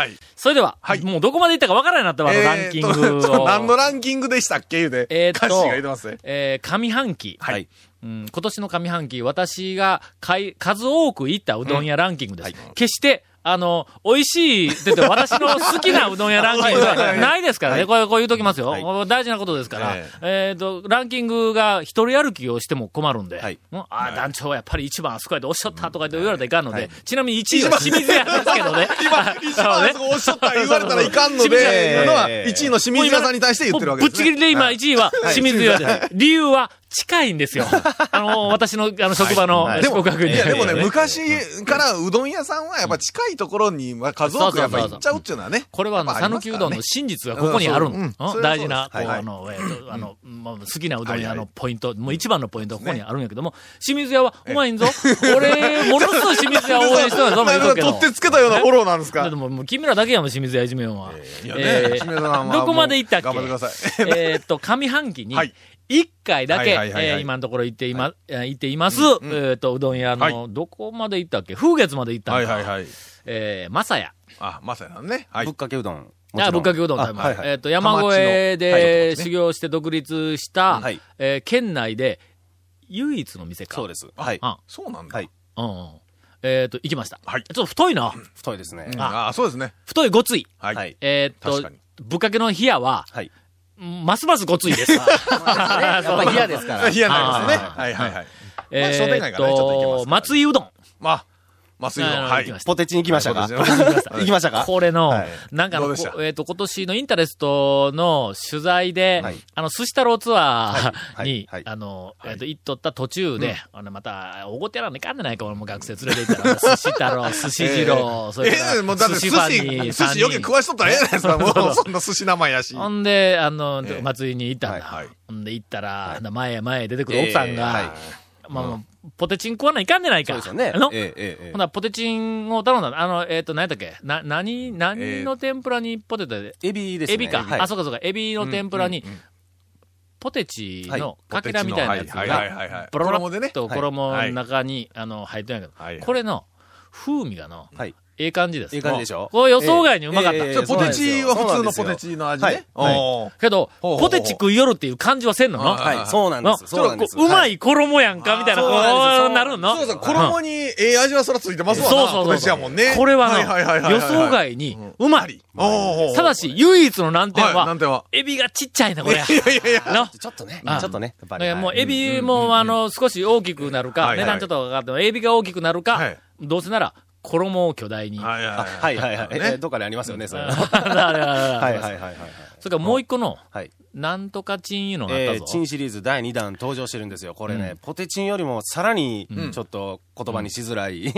[SPEAKER 3] い。
[SPEAKER 1] それでは、
[SPEAKER 3] はい
[SPEAKER 1] もうどこまで行ったかわからないなったわ、あのランキン
[SPEAKER 3] えーっ
[SPEAKER 1] グ
[SPEAKER 3] と
[SPEAKER 1] を。
[SPEAKER 3] 何のランキングでしたっけ言うて。
[SPEAKER 1] えーっと
[SPEAKER 3] 歌詞が言ってますね。
[SPEAKER 1] えー上半期、
[SPEAKER 4] はい。
[SPEAKER 1] うん。今年の上半期、私が買い数多く行ったうどん屋ランキングです。決して、あの、美味しいって言って、私の好きなうどん屋ランキングではないですからね。これ、こう言うときますよ。
[SPEAKER 4] はい
[SPEAKER 1] これ大事なことですから。
[SPEAKER 3] え
[SPEAKER 1] えっ、と、ランキングが一人歩きをしても困るんで。
[SPEAKER 4] はい
[SPEAKER 1] うんああ、団長はやっぱり一番あそこやでおっしゃったとか言って言われたらいかんので、
[SPEAKER 4] はい
[SPEAKER 1] ちなみに1位は清水屋ですけどね。 [LAUGHS]
[SPEAKER 3] 今、一番あそこおっしゃったら言われたらいかんので、
[SPEAKER 1] 清水
[SPEAKER 4] 屋
[SPEAKER 3] いうのは、
[SPEAKER 1] [LAUGHS]
[SPEAKER 4] えー
[SPEAKER 3] 1位の清水屋さんに対して言ってるわけ
[SPEAKER 1] もう
[SPEAKER 3] で
[SPEAKER 1] ぶっち
[SPEAKER 3] す、ね。
[SPEAKER 1] ぎりで今1位は清水屋です。理由は近いん
[SPEAKER 3] [LAUGHS]
[SPEAKER 1] ですよ。あの、私の、あの、職場の
[SPEAKER 4] はい
[SPEAKER 1] 四国学院
[SPEAKER 3] いや、でもね、
[SPEAKER 1] えー
[SPEAKER 3] 昔からうどん屋さんはやっぱ近いところに、まあ、数多くやっぱ行っちゃうっていうのはね。
[SPEAKER 1] [LAUGHS] これはあの、
[SPEAKER 3] やっぱあ
[SPEAKER 1] 讃
[SPEAKER 3] ります
[SPEAKER 1] 岐
[SPEAKER 3] か
[SPEAKER 1] うど
[SPEAKER 3] ら
[SPEAKER 1] んの
[SPEAKER 3] [LAUGHS] ね
[SPEAKER 1] 真実がここにある
[SPEAKER 3] うん
[SPEAKER 1] の。
[SPEAKER 3] そう
[SPEAKER 1] うん
[SPEAKER 3] うんそれは
[SPEAKER 1] 大事な、こ
[SPEAKER 3] そう
[SPEAKER 1] う、
[SPEAKER 3] ですはい
[SPEAKER 1] あの、えっと、あの、まあ好きなうどん屋のポイント、もう一番のポイントはここにあるんやけども、清水屋はうまいん
[SPEAKER 3] [LAUGHS]
[SPEAKER 1] ぞ。俺、ものすごい清水屋応援してるぞ、
[SPEAKER 3] なん
[SPEAKER 1] 言うと
[SPEAKER 3] か
[SPEAKER 1] くけど
[SPEAKER 3] 取ってつけたようなフォローなんです
[SPEAKER 1] だっ
[SPEAKER 3] か
[SPEAKER 1] て。もう、もう君らだけやもん、清水屋いじめよんは。
[SPEAKER 3] いやね
[SPEAKER 1] えー
[SPEAKER 3] 清水さんはもう
[SPEAKER 1] どこまで行ったっけ
[SPEAKER 3] 頑張ってくださ
[SPEAKER 1] [LAUGHS]
[SPEAKER 3] い
[SPEAKER 1] えーっと、上半期に
[SPEAKER 3] はい、
[SPEAKER 1] 1回だけ、
[SPEAKER 3] はいはいはい
[SPEAKER 1] え
[SPEAKER 3] は
[SPEAKER 1] ー
[SPEAKER 3] い
[SPEAKER 1] 今のところ行っていま、えー行っています、えーっと、うどん屋の、
[SPEAKER 3] は
[SPEAKER 1] どこまで行ったっけ風月まで行った
[SPEAKER 3] は
[SPEAKER 1] ん
[SPEAKER 3] い
[SPEAKER 1] だ。
[SPEAKER 3] はいはい。
[SPEAKER 1] えー、まさや。
[SPEAKER 3] あ、まさやなんね。はい
[SPEAKER 4] ぶっ。かけうどん。
[SPEAKER 1] あ、ぶっかけうどん
[SPEAKER 4] あ
[SPEAKER 1] 食べます。
[SPEAKER 4] はいはい
[SPEAKER 1] えーっと、山越え
[SPEAKER 3] 田町
[SPEAKER 1] で
[SPEAKER 3] のはいとこですね
[SPEAKER 1] 修行して独立した、
[SPEAKER 4] はい
[SPEAKER 1] えー県内で唯一の店か。
[SPEAKER 4] そうです。はい。
[SPEAKER 1] あ、
[SPEAKER 3] そうなんだ。
[SPEAKER 4] はい。
[SPEAKER 1] うんうん。えーっと、行きました。
[SPEAKER 3] はい
[SPEAKER 1] ちょっと太いな。
[SPEAKER 4] 太いですね。
[SPEAKER 3] ああ、そうですね。
[SPEAKER 1] 太いごつい。
[SPEAKER 3] [LAUGHS] はい。
[SPEAKER 4] はい
[SPEAKER 1] えーっ
[SPEAKER 3] 確
[SPEAKER 1] と
[SPEAKER 3] かに、
[SPEAKER 1] ぶっかけの冷やは、
[SPEAKER 4] はい。
[SPEAKER 1] ますますごついです。 [LAUGHS]
[SPEAKER 4] やっぱり嫌ですから。
[SPEAKER 3] 嫌なんですね。
[SPEAKER 1] あ
[SPEAKER 3] はいはいはい。まあ商店
[SPEAKER 1] えー
[SPEAKER 3] 街
[SPEAKER 1] っ
[SPEAKER 3] がねちょっと行けま
[SPEAKER 1] と、
[SPEAKER 3] すから
[SPEAKER 1] 松井うどん。
[SPEAKER 3] まあ、松井の、
[SPEAKER 1] あー
[SPEAKER 3] は
[SPEAKER 1] 行き
[SPEAKER 3] い
[SPEAKER 1] ま。した
[SPEAKER 4] ポテチに行きましたか
[SPEAKER 3] ポテチに行きました
[SPEAKER 4] 行きましたか
[SPEAKER 1] これの
[SPEAKER 4] はい、
[SPEAKER 1] なんかあの、こ
[SPEAKER 3] どうでした
[SPEAKER 1] えーっと、今年のインタレストの取材で
[SPEAKER 4] はい、
[SPEAKER 1] あの、寿司太郎ツアー
[SPEAKER 4] はい
[SPEAKER 1] に
[SPEAKER 4] はい、
[SPEAKER 1] あの、えーっと、行っとった途中で、あの、また、おごってやらんいかんでないか、俺も学生連れて行ったら、寿司太
[SPEAKER 3] [LAUGHS]
[SPEAKER 1] 郎、寿司二郎、それか
[SPEAKER 3] ええ、もうだっ
[SPEAKER 1] ら、
[SPEAKER 3] て
[SPEAKER 1] 寿司
[SPEAKER 3] 寿司、
[SPEAKER 1] フ
[SPEAKER 3] 寿
[SPEAKER 1] ァンに
[SPEAKER 3] 司余計食わしとったらええやないですか。もうそんな寿司名前やし。
[SPEAKER 1] ほんで、あの、
[SPEAKER 3] ええ
[SPEAKER 1] 松井に行ったんだ。
[SPEAKER 3] はいはい
[SPEAKER 1] ほんで、行ったら、前へ前へ出てくる奥さんが、
[SPEAKER 4] ええはい
[SPEAKER 1] まあまあ、ポテチン食わないかんでないか。
[SPEAKER 4] そうですよね。
[SPEAKER 1] あの、
[SPEAKER 4] えええええ
[SPEAKER 1] ほな、ポテチンを頼んだのあの、えっ、と、何やったっけな、何、何の天ぷらにポテトで、
[SPEAKER 4] えエビですね。
[SPEAKER 1] エビか、
[SPEAKER 4] はい
[SPEAKER 1] あ、そうかそうか。エビの天ぷらに、ポテチのかけらみたいなやつ
[SPEAKER 3] はいはいはいはいは
[SPEAKER 1] が
[SPEAKER 3] い、
[SPEAKER 1] ボロロ
[SPEAKER 3] 衣で
[SPEAKER 1] ッ
[SPEAKER 3] ね
[SPEAKER 1] と衣の中に、あの、入ってないけど、
[SPEAKER 3] はいはい
[SPEAKER 1] これの、風味がの、
[SPEAKER 4] はい。
[SPEAKER 1] ええ感じです。
[SPEAKER 4] ええ感じでしょ
[SPEAKER 1] これ予想外にうまかった。
[SPEAKER 4] ええええ
[SPEAKER 3] じゃあポテチは普通のポテチの味ね。
[SPEAKER 4] はいはい
[SPEAKER 3] おー
[SPEAKER 1] けど、
[SPEAKER 3] ほうほうほ
[SPEAKER 1] ポ
[SPEAKER 3] う
[SPEAKER 1] テチ食いよるっていう感じはせんのの
[SPEAKER 3] は
[SPEAKER 4] はい。そうなんです。そうなんです。
[SPEAKER 1] ちょっとこううま
[SPEAKER 4] はい
[SPEAKER 1] 衣やんかみたいな、こ
[SPEAKER 4] そうなんです
[SPEAKER 1] うなるの
[SPEAKER 3] そうそう、衣にええ味はそらついてますわ
[SPEAKER 1] そう
[SPEAKER 3] な。
[SPEAKER 1] そう
[SPEAKER 3] ポ
[SPEAKER 1] そう
[SPEAKER 3] テチや
[SPEAKER 1] そう。
[SPEAKER 3] もんね。
[SPEAKER 1] これはな、予
[SPEAKER 3] 予
[SPEAKER 1] 想。外に、うまい。
[SPEAKER 3] おーおーおー
[SPEAKER 1] ただし、唯一の難点
[SPEAKER 3] は
[SPEAKER 1] は、
[SPEAKER 3] い難点は
[SPEAKER 1] エビがちっちゃいな、これ。
[SPEAKER 3] いやいやいや。
[SPEAKER 1] な
[SPEAKER 4] ちょっとね。
[SPEAKER 1] あ
[SPEAKER 4] ちょっとね。やっぱ
[SPEAKER 1] だ
[SPEAKER 4] り
[SPEAKER 1] からもう、
[SPEAKER 4] はい
[SPEAKER 1] エビも、あの、少し大きくなるか、
[SPEAKER 3] はい
[SPEAKER 1] 値
[SPEAKER 3] は
[SPEAKER 1] 段
[SPEAKER 3] い
[SPEAKER 1] ちょっと分かっても、エビが大きくなる
[SPEAKER 3] は
[SPEAKER 1] か
[SPEAKER 3] い、
[SPEAKER 1] どうせなら、衣を巨大に。 [LAUGHS]
[SPEAKER 3] はい
[SPEAKER 4] あ
[SPEAKER 3] は
[SPEAKER 4] はいい
[SPEAKER 3] はい。
[SPEAKER 4] はいはい。ええどっかでありますよね、それ。はい
[SPEAKER 1] あれあれあれ
[SPEAKER 4] はいはいはいはい。
[SPEAKER 1] それからもう一個の、
[SPEAKER 4] はい。
[SPEAKER 1] なんとかチンいうのがあった
[SPEAKER 4] えー
[SPEAKER 1] ぞ。
[SPEAKER 4] チンシリーズ第2弾登場してるんですよ。これね、ポテチンよりもさらに、ちょっと言葉にしづらい。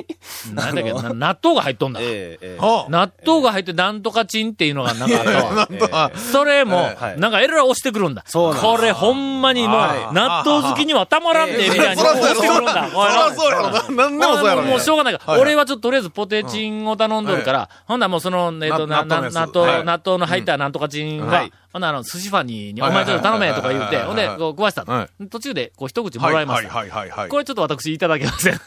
[SPEAKER 1] なんだっけ、な納豆が入っとんだ。
[SPEAKER 4] [LAUGHS] ええええ
[SPEAKER 3] はあ
[SPEAKER 1] 納豆が入ってなんとかチンっていうのがなんかあったわ。
[SPEAKER 4] ええ
[SPEAKER 1] それも
[SPEAKER 4] ええは、い
[SPEAKER 1] なんかえらい押してくるんだ。
[SPEAKER 4] そうなんです
[SPEAKER 1] これほんまにもう
[SPEAKER 3] は、い
[SPEAKER 1] 納豆好きにはたまらんで、みたいに
[SPEAKER 3] そら
[SPEAKER 1] 押
[SPEAKER 3] そうやろ
[SPEAKER 1] してくるんだ。
[SPEAKER 3] そらそうやろな。なんでもそうやろ
[SPEAKER 1] もうしょうがないから、
[SPEAKER 3] はい
[SPEAKER 1] 俺はちょっととりあえずポテチンを頼んどるから、ほんならもうその、えっ、と、な
[SPEAKER 3] な
[SPEAKER 1] な
[SPEAKER 3] 納豆のや
[SPEAKER 1] 納
[SPEAKER 3] つ
[SPEAKER 1] 豆、
[SPEAKER 3] はい
[SPEAKER 1] 納豆の入ったなんとかチンが、
[SPEAKER 4] はい
[SPEAKER 1] ほんならあの、寿司ファニーに、お
[SPEAKER 3] はいはい
[SPEAKER 1] 前
[SPEAKER 3] はい
[SPEAKER 1] ちょっと頼めとか言うて、
[SPEAKER 3] はい
[SPEAKER 1] ほ
[SPEAKER 3] は
[SPEAKER 1] ん
[SPEAKER 3] い
[SPEAKER 1] で
[SPEAKER 3] はい、
[SPEAKER 1] こう食わしたの、
[SPEAKER 3] は
[SPEAKER 1] 途中で、こう一口も
[SPEAKER 3] はい
[SPEAKER 1] らいま
[SPEAKER 3] は
[SPEAKER 1] し
[SPEAKER 3] い
[SPEAKER 1] た。
[SPEAKER 3] はいはいはい。
[SPEAKER 1] これちょっと私いただけません。 [LAUGHS]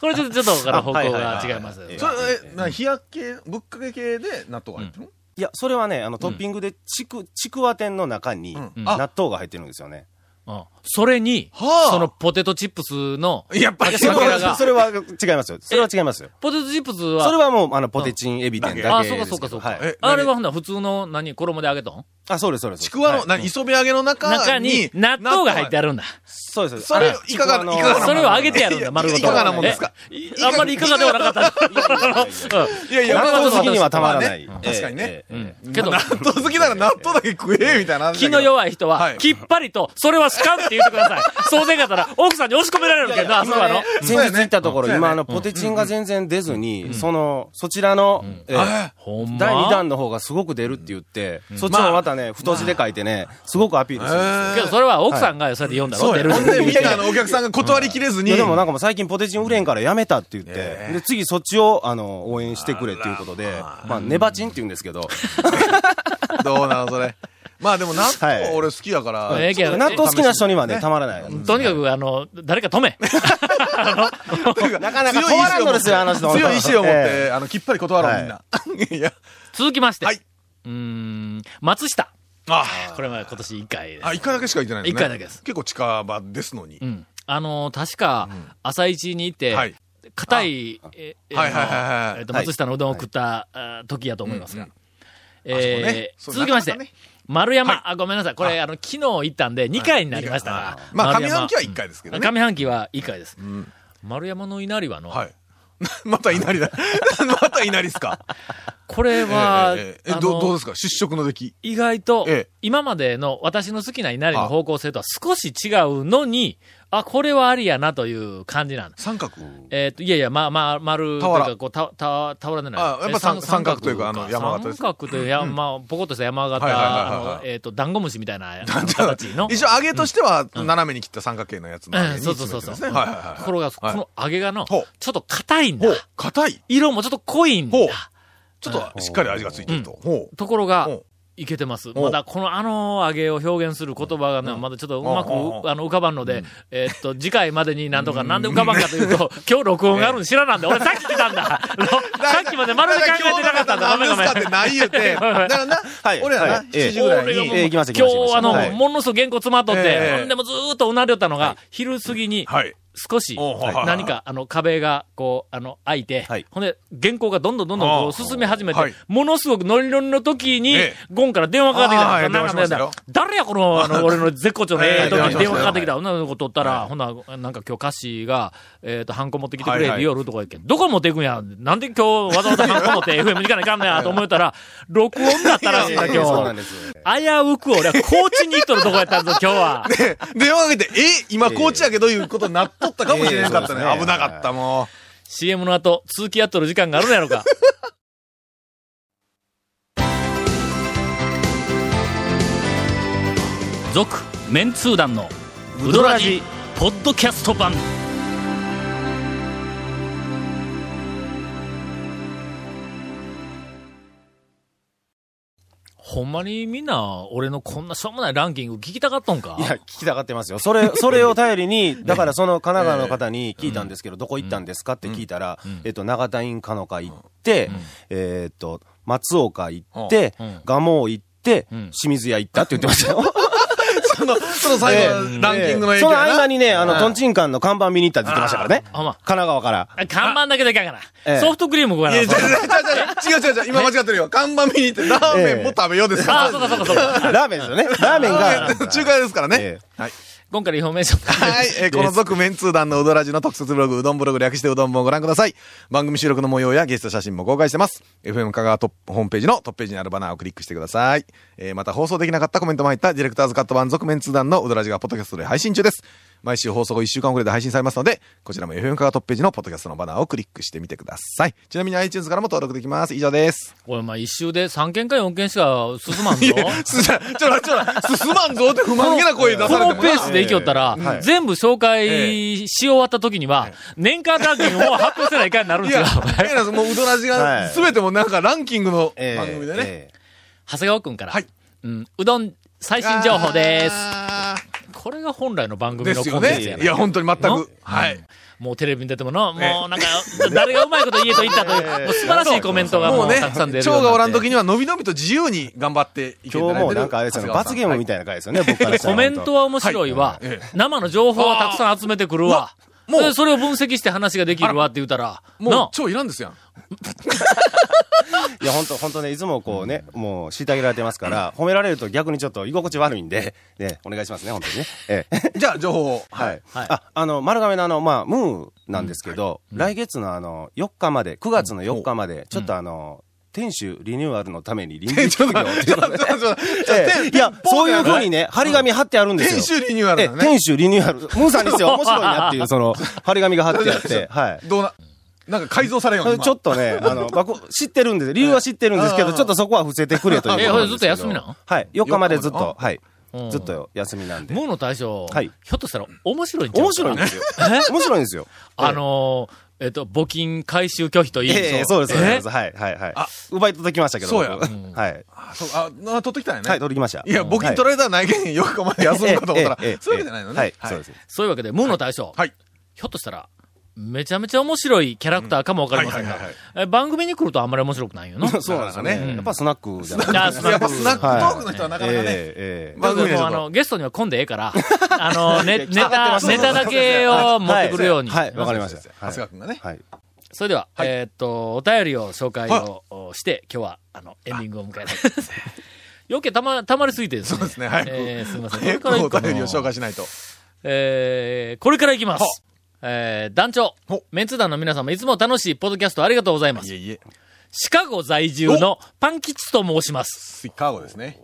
[SPEAKER 1] これちょっと、ちょっと、から方向が違います。
[SPEAKER 4] はいはいはいはい
[SPEAKER 3] それ、え、な日焼け、ぶっかけ系で納豆が入ってるの
[SPEAKER 4] いや、それはね、あの、トッピングで、ちく、ちくわ天の中に、
[SPEAKER 3] うん
[SPEAKER 4] 納豆が入ってるんですよね。
[SPEAKER 1] うんそれに、
[SPEAKER 3] はあ
[SPEAKER 1] そのポテトチップスの、
[SPEAKER 3] やっぱり
[SPEAKER 1] そ
[SPEAKER 4] そ
[SPEAKER 1] れ
[SPEAKER 4] れ
[SPEAKER 1] は
[SPEAKER 4] は、それは違いますよ。それは違いますよ。
[SPEAKER 1] ポテトチップスは、
[SPEAKER 4] それはもう、あの、ポテチンエビ天だけですけど。
[SPEAKER 1] あ、そうかそうかそうか。
[SPEAKER 4] はい
[SPEAKER 3] え
[SPEAKER 1] あれはほんなら普通の、何、衣で揚げとん
[SPEAKER 4] あ、そうです、そうです。
[SPEAKER 3] ちくわ
[SPEAKER 4] は
[SPEAKER 3] の、
[SPEAKER 4] い
[SPEAKER 3] な、磯辺揚げの中に。
[SPEAKER 1] 中に納豆が入ってあ
[SPEAKER 3] る。
[SPEAKER 1] るんだ。
[SPEAKER 4] そうです。
[SPEAKER 3] それ
[SPEAKER 4] あの
[SPEAKER 3] いかが
[SPEAKER 4] ちくわの
[SPEAKER 3] いかがな
[SPEAKER 1] それを揚げてやるんだ、丸ごと。
[SPEAKER 3] いかがなもんですか
[SPEAKER 1] えいあんまりいかがではなかった。
[SPEAKER 3] いやいや、
[SPEAKER 4] 納豆好きにはたまら
[SPEAKER 3] まあ
[SPEAKER 4] な
[SPEAKER 3] ね
[SPEAKER 4] い。
[SPEAKER 3] 確かにね
[SPEAKER 4] ええ。ええええ
[SPEAKER 1] うんけど
[SPEAKER 3] 納、豆好きなら納豆だけ食え、みたいな話だけ
[SPEAKER 1] 気
[SPEAKER 3] ど。
[SPEAKER 1] の弱い人
[SPEAKER 3] は
[SPEAKER 1] は、
[SPEAKER 3] い
[SPEAKER 1] きっぱりと、それはしかんって言ってくだ
[SPEAKER 3] [LAUGHS]
[SPEAKER 1] さい。そうせんかったら、奥さんに押し込められるけどな、そうなの。
[SPEAKER 4] 先日行ったところ、
[SPEAKER 3] そうやね
[SPEAKER 4] 今、あの、ポテチンが全然出ずに、その、そちらの、ええ
[SPEAKER 3] あ
[SPEAKER 1] ほんま。
[SPEAKER 4] 第2弾の方がすごく出るって言って、そっちもまたね、太字で書いてね、すごくアピールするんですよ。
[SPEAKER 1] けど、それは奥さんがそれで読んだろ、
[SPEAKER 3] そう
[SPEAKER 1] 出
[SPEAKER 3] や。
[SPEAKER 1] る
[SPEAKER 3] ほんで、みんなのお客さんが断りきれず
[SPEAKER 4] い
[SPEAKER 3] に。
[SPEAKER 4] やでもなんかもう最近ポテチン売れんからやめたって言って、
[SPEAKER 3] ええ
[SPEAKER 4] で、次そっちを、あの、応援してくれっていうことで、まあ、ネバチンって言うんです
[SPEAKER 3] [LAUGHS]
[SPEAKER 4] けど、
[SPEAKER 3] どうなの、それ。まあでも納
[SPEAKER 4] は
[SPEAKER 3] 豆
[SPEAKER 4] い
[SPEAKER 3] 俺好きやから。
[SPEAKER 1] ええけど
[SPEAKER 4] 納豆好きな人にはね、たまらない。
[SPEAKER 1] とにかく、あの、誰か止め。
[SPEAKER 4] なかなか困らんのですよ、あの人。
[SPEAKER 3] 強い意志を持って、
[SPEAKER 4] え
[SPEAKER 3] あの、きっぱり断ろう、みんな。 [LAUGHS] いや。
[SPEAKER 1] 続きまして。
[SPEAKER 3] はいう
[SPEAKER 1] ーん、松下。
[SPEAKER 3] あ
[SPEAKER 1] これは今年1回です
[SPEAKER 3] あ、。一回だけしか行ってないんです
[SPEAKER 1] 一
[SPEAKER 3] ね。
[SPEAKER 1] 回だけです
[SPEAKER 3] 結構近場ですのに
[SPEAKER 1] う。ん。あのー確か、朝一に行って、
[SPEAKER 3] はい
[SPEAKER 1] 硬い、え、え
[SPEAKER 3] はいはいはい
[SPEAKER 1] あ
[SPEAKER 3] はい
[SPEAKER 1] のえっと、
[SPEAKER 4] はい
[SPEAKER 1] 松下のうどんを食った、あー時やと思いますが。え
[SPEAKER 3] あそこ
[SPEAKER 1] ー
[SPEAKER 3] ねそう
[SPEAKER 1] 続きまして、
[SPEAKER 3] なかなか
[SPEAKER 1] 丸山、あ、ごめんなさい。これ、あの、昨日行ったんで、2回になりましたが、
[SPEAKER 3] まあ、
[SPEAKER 1] 丸
[SPEAKER 3] 上
[SPEAKER 1] 山
[SPEAKER 3] 半期は一回ですけどね。
[SPEAKER 1] 上半期は1回です。丸山の稲荷はの、
[SPEAKER 3] はい。 [LAUGHS] また稲荷だ。 [LAUGHS] また稲荷っすか。
[SPEAKER 1] これは、
[SPEAKER 3] えええええ
[SPEAKER 1] あの
[SPEAKER 3] どどうですか出色の出来。
[SPEAKER 1] 意外と
[SPEAKER 3] ええ、
[SPEAKER 1] 今までの私の好きな稲荷の方向性とは少し違うのに、あ、これはありやなという感じなんです。
[SPEAKER 3] 三角。
[SPEAKER 1] えっ、と、いやいや、まあまあ、丸という
[SPEAKER 3] 俵
[SPEAKER 1] か、こう、た、た、倒らない。
[SPEAKER 3] あやっぱ三
[SPEAKER 1] え
[SPEAKER 3] 三角というかあの山形です
[SPEAKER 1] 三角という、や、まあ、ポコッとした山形、
[SPEAKER 3] はいはい
[SPEAKER 1] あ
[SPEAKER 3] はいはい
[SPEAKER 1] の、えっ、と、ダンゴムシみたいな
[SPEAKER 3] [LAUGHS]
[SPEAKER 1] あの形の。
[SPEAKER 3] 一応、揚げとしては、斜めに切った三角形のやつの揚
[SPEAKER 1] う
[SPEAKER 3] げ
[SPEAKER 1] ん
[SPEAKER 3] に
[SPEAKER 1] そうそうそう
[SPEAKER 3] 詰
[SPEAKER 1] そ
[SPEAKER 3] め
[SPEAKER 1] う。
[SPEAKER 3] てるんですねはいはいはい。
[SPEAKER 1] ところが、こ
[SPEAKER 3] はい
[SPEAKER 1] の揚げがの、ち
[SPEAKER 3] ほ
[SPEAKER 1] ょ
[SPEAKER 3] う
[SPEAKER 1] っと硬いんだ
[SPEAKER 3] ほ。う、硬い。
[SPEAKER 1] 色もちょっと濃いんだ
[SPEAKER 3] ほう。ちょっとしっかり味がついてると。ほう。
[SPEAKER 1] ところが
[SPEAKER 3] ほう、
[SPEAKER 1] いけてます。
[SPEAKER 3] う
[SPEAKER 1] まだ、このあの揚げを表現する言葉がね、まだちょっとうま
[SPEAKER 3] うんうんう
[SPEAKER 1] く、あの、浮かばんので、えっと、次回までになんとか、なんで浮かばんかというと、今日録音があるの知らなんで、俺さっき来たんだ。のさっきまでまるで考えてなかったんだ。ごめんごめん
[SPEAKER 3] 今日の方何ですかってない言うて。だからな、
[SPEAKER 4] はい
[SPEAKER 3] 俺らな、
[SPEAKER 4] はいええ
[SPEAKER 3] 7時ぐらい
[SPEAKER 1] 俺がもう
[SPEAKER 3] に。
[SPEAKER 4] ええ行きました行き
[SPEAKER 1] 今
[SPEAKER 4] ました
[SPEAKER 1] 日、あの、
[SPEAKER 4] はい
[SPEAKER 1] ものすごく原稿詰まっとって、
[SPEAKER 3] ええ
[SPEAKER 1] ほんでもずーっとうなりょったのが、昼過ぎに、
[SPEAKER 3] はい。
[SPEAKER 1] 少し、
[SPEAKER 3] おうはいはい
[SPEAKER 1] 何か、あの、壁が、こう、あの、開いて、
[SPEAKER 4] はい
[SPEAKER 1] ほんで、原稿がどんどんどんどんこう
[SPEAKER 3] ああ
[SPEAKER 1] 進み始めて、
[SPEAKER 3] はい
[SPEAKER 1] ものすごくノリノリの時に、
[SPEAKER 3] ええ
[SPEAKER 1] ゴンから電話かかってきた。
[SPEAKER 3] ああはい
[SPEAKER 1] なんか
[SPEAKER 3] 電話しましたよ
[SPEAKER 1] 誰や、この、あの、俺の絶好調のええ時に電話かかってきた。女の子取ったら、
[SPEAKER 3] はい
[SPEAKER 1] ほな、なんか今日歌詞が、えっ、と、ハンコ持ってきてくれ
[SPEAKER 3] はい
[SPEAKER 1] っ
[SPEAKER 3] は
[SPEAKER 1] て
[SPEAKER 3] い
[SPEAKER 1] 夜とか言って、どこ持っていくんや。なんで今日わざわざハンコ持って
[SPEAKER 3] [LAUGHS]
[SPEAKER 1] FM に行かないかんのや、と思ったら、録音だったらしいんだ、今
[SPEAKER 4] そうなん
[SPEAKER 1] 日。
[SPEAKER 4] です。
[SPEAKER 1] 危うく俺は高知に行っとるとこやったんぞ、今日は。
[SPEAKER 3] で、電話かけて、え今、コーチやけどいうことになっとったかもしれなかったね
[SPEAKER 4] ええそう。ですね
[SPEAKER 3] 危なかった、もう。
[SPEAKER 1] CM の後、続きやっとる時間があるのやろか。続、メンツー団の、ウドラジ、ポッドキャスト版。ほんまにみんな、俺のこんなしょうもないランキング聞きたかっとんか
[SPEAKER 4] いや、聞きたがってますよ。それ、それを頼りに、だからその神奈川の方に聞いたんですけど、どこ行ったんですかって聞いたら、えっと、長田院かのか行って、えっと、松岡行って
[SPEAKER 1] うんうん、
[SPEAKER 4] 蒲生行って
[SPEAKER 1] うん、
[SPEAKER 4] 清水屋行ったって言ってましたよ。
[SPEAKER 3] その、その最後のランキングの影
[SPEAKER 4] そ
[SPEAKER 3] 響
[SPEAKER 4] の
[SPEAKER 3] や
[SPEAKER 4] 合
[SPEAKER 3] な。
[SPEAKER 4] 間にね、あの、トンチンカンの看板見に行ったって言ってましたからね。
[SPEAKER 1] あほんま
[SPEAKER 4] 神奈川から。
[SPEAKER 1] あ看板だけでいかんか
[SPEAKER 4] え
[SPEAKER 1] な。
[SPEAKER 4] え
[SPEAKER 1] ソフトクリーム食わ
[SPEAKER 3] い
[SPEAKER 1] な
[SPEAKER 3] や、違
[SPEAKER 1] あ
[SPEAKER 3] う
[SPEAKER 1] かん
[SPEAKER 3] 違う違う違う違う違う、今間違ってるよ。看板見に行って、ラーメンも食べようです
[SPEAKER 1] あ、
[SPEAKER 3] か
[SPEAKER 1] そうかそうかそうか。
[SPEAKER 4] ラーメンですよね。ラーメン
[SPEAKER 3] [LAUGHS] ら。
[SPEAKER 4] が
[SPEAKER 3] 中華屋ですからね
[SPEAKER 4] え。え
[SPEAKER 5] はい。
[SPEAKER 1] 今回のインフォメーション
[SPEAKER 5] はい。えーこの続メンツー団のうどらじの特設ブログ、うどんブログ略してうどんもご覧ください。番組収録の模様やゲスト写真も公開してます。FM 香川トップホームページのトップページにあるバナーをクリックしてください。えーまた放送できなかったコメントも入ったディレクターズカット版続メンツー団のうどらじがポッドキャストで配信中です。毎週放送後1週間遅れで配信されますので、こちらも FM 香川トップページのポッドキャストのバナーをクリックしてみてください。ちなみに iTunes からも登録できます。以上です。
[SPEAKER 1] これ、まあ、一周で3件か4件しか進まんぞ。
[SPEAKER 3] すちょ、ちょ、ちょ、進まんぞって不満げな声出
[SPEAKER 1] こ
[SPEAKER 3] されて
[SPEAKER 1] の
[SPEAKER 3] も
[SPEAKER 1] ペース
[SPEAKER 3] な。
[SPEAKER 1] でいきよったら、全部紹介し終わった時には、年間ランキングを発表せないかんになるん
[SPEAKER 3] い
[SPEAKER 1] です
[SPEAKER 3] や
[SPEAKER 1] よ。、
[SPEAKER 3] 変な話もううどらじ
[SPEAKER 4] は
[SPEAKER 3] が、
[SPEAKER 4] い
[SPEAKER 3] すべてもなんかランキングの
[SPEAKER 4] ええ
[SPEAKER 3] 番組でね。
[SPEAKER 4] ええ
[SPEAKER 1] 長谷川くんから、
[SPEAKER 3] はい
[SPEAKER 1] うん、うどん最新情報です。
[SPEAKER 3] あ
[SPEAKER 1] これが本来の番
[SPEAKER 3] ー
[SPEAKER 1] 組
[SPEAKER 3] で
[SPEAKER 1] の
[SPEAKER 3] す
[SPEAKER 1] コ
[SPEAKER 3] よ
[SPEAKER 1] ンテンツや
[SPEAKER 3] ね。いや、
[SPEAKER 1] な。
[SPEAKER 3] 本当に全
[SPEAKER 1] の
[SPEAKER 3] く。はい。
[SPEAKER 1] もうテレビに出てもの、
[SPEAKER 3] ね
[SPEAKER 1] もうなんか、誰がうまいこと言えと言ったと
[SPEAKER 3] [LAUGHS]
[SPEAKER 1] いう、もう素晴らしいコメントがも
[SPEAKER 3] もう
[SPEAKER 1] う
[SPEAKER 3] ね、
[SPEAKER 1] たくさん出るよう
[SPEAKER 3] 蝶
[SPEAKER 1] になっ
[SPEAKER 3] が
[SPEAKER 1] て。
[SPEAKER 3] おらん時には、のびのびと自由に頑張っていけ
[SPEAKER 4] 今日もうなんかあれですよね、罰ゲームみ
[SPEAKER 3] た
[SPEAKER 4] たいな回ですよね、僕からした
[SPEAKER 1] コ
[SPEAKER 4] ら
[SPEAKER 1] メントは面白いわ
[SPEAKER 3] はいえ。
[SPEAKER 1] 生の情報はたくさん集めてくるわ。
[SPEAKER 3] うわもう
[SPEAKER 1] でそれを分析して話ができるわって言ったら、
[SPEAKER 3] もう
[SPEAKER 1] な、
[SPEAKER 3] 蝶いらんですやん。
[SPEAKER 4] いや、本当本当ね、いつもこうね、もう虐げられてますから、褒められると逆にちょっと居心地悪いんで、ね、お願いしますね、本当にね。ええ。
[SPEAKER 3] じゃあ、情報を。
[SPEAKER 4] はい。
[SPEAKER 1] はい
[SPEAKER 4] あ、あの、丸亀のあの、まあ、ムーなんですけど、来月のあの、4日まで、9月の4日まで、ちょっとあの、店主リニューアルのために臨時休業っていうのでええいや、そういうふうにね、張り紙貼ってあるんですよ。
[SPEAKER 3] 編集リニューアル
[SPEAKER 4] ええ
[SPEAKER 3] だね。
[SPEAKER 4] 店主リニューアル。ムーさんにしては面白いなっていう、その、張り紙が貼ってあって、はい。
[SPEAKER 3] どうな、なんか改造されんように。
[SPEAKER 4] ちょっと [LAUGHS] ね、あの、まあこ知ってるんです。理由は知ってるんですけど、ちょっとそこは伏せてくれということなんですけど。
[SPEAKER 1] えほいずっと休みなの
[SPEAKER 4] はい。4日までずっ
[SPEAKER 3] 四日ま
[SPEAKER 4] と、はい
[SPEAKER 1] うん。
[SPEAKER 4] ずっと休みなんで。
[SPEAKER 1] ムーの大将、
[SPEAKER 4] はい
[SPEAKER 1] ひょっとしたら面白いんちゃうか
[SPEAKER 4] 面白いんですよ。面白いんですよ。
[SPEAKER 1] あのー、えっと、募金回収拒否とい
[SPEAKER 4] え
[SPEAKER 1] い
[SPEAKER 4] え、ええそうです、そう
[SPEAKER 1] え
[SPEAKER 4] です。はい、はい、はい
[SPEAKER 3] あ。
[SPEAKER 4] 奪い取ってきましたけど。
[SPEAKER 3] そうや
[SPEAKER 4] 僕はい。
[SPEAKER 3] あ、そう、あ、な取ってきたんやね。
[SPEAKER 4] はい、取りきました。
[SPEAKER 3] いや、募金取られたらないけん、よくまで休むかと思ったら
[SPEAKER 4] ええええええ、
[SPEAKER 3] そういうわけじゃないのね。
[SPEAKER 4] はい、そうです。。
[SPEAKER 1] そういうわけで、ムーの大将、
[SPEAKER 3] はい。
[SPEAKER 1] ひょっとしたら、めちゃめちゃ面白いキャラクターかもわかりません
[SPEAKER 3] うん
[SPEAKER 1] が
[SPEAKER 3] はいはい、
[SPEAKER 1] え番組に来るとあんまり面白くないよな。
[SPEAKER 4] [LAUGHS] そうなんです
[SPEAKER 3] う
[SPEAKER 4] よね。やっぱスナックじゃない
[SPEAKER 1] じゃあ、
[SPEAKER 3] やっぱスナックトークの人はなかなかね、
[SPEAKER 4] ええええ
[SPEAKER 3] 番組でちょ
[SPEAKER 1] もう
[SPEAKER 3] っ
[SPEAKER 1] あ
[SPEAKER 3] と
[SPEAKER 1] の、ゲストには来んでええから、あ
[SPEAKER 4] [LAUGHS]
[SPEAKER 1] の、ねネ
[SPEAKER 4] 来たがって
[SPEAKER 1] タ、
[SPEAKER 4] ます
[SPEAKER 1] ネタだけを持ってくるように。
[SPEAKER 4] はい、わかりました。は
[SPEAKER 3] 長
[SPEAKER 4] い
[SPEAKER 3] 谷川君がね。
[SPEAKER 4] はい。
[SPEAKER 1] それでは、
[SPEAKER 3] はい
[SPEAKER 1] えーっと、お便りを紹介をおして、今日は、あの、エンディングを迎えたい。
[SPEAKER 3] [LAUGHS]
[SPEAKER 1] 余計たま、たまりすぎてですね。
[SPEAKER 3] そうですねはい
[SPEAKER 1] えーすみません。
[SPEAKER 3] 早く
[SPEAKER 1] これ
[SPEAKER 3] お
[SPEAKER 1] から行く
[SPEAKER 3] 便りを
[SPEAKER 1] か
[SPEAKER 3] 紹
[SPEAKER 1] な
[SPEAKER 3] 介しないと。
[SPEAKER 1] えーこれからいきま
[SPEAKER 3] は
[SPEAKER 1] す。えー団長
[SPEAKER 3] ほ、
[SPEAKER 1] メンツ団の皆様、いつも楽しいポッドキャストありがとうございま
[SPEAKER 3] い
[SPEAKER 1] す。
[SPEAKER 3] えいえ、
[SPEAKER 1] シカゴ在住のパンキチと申します。
[SPEAKER 3] スイカーゴですね。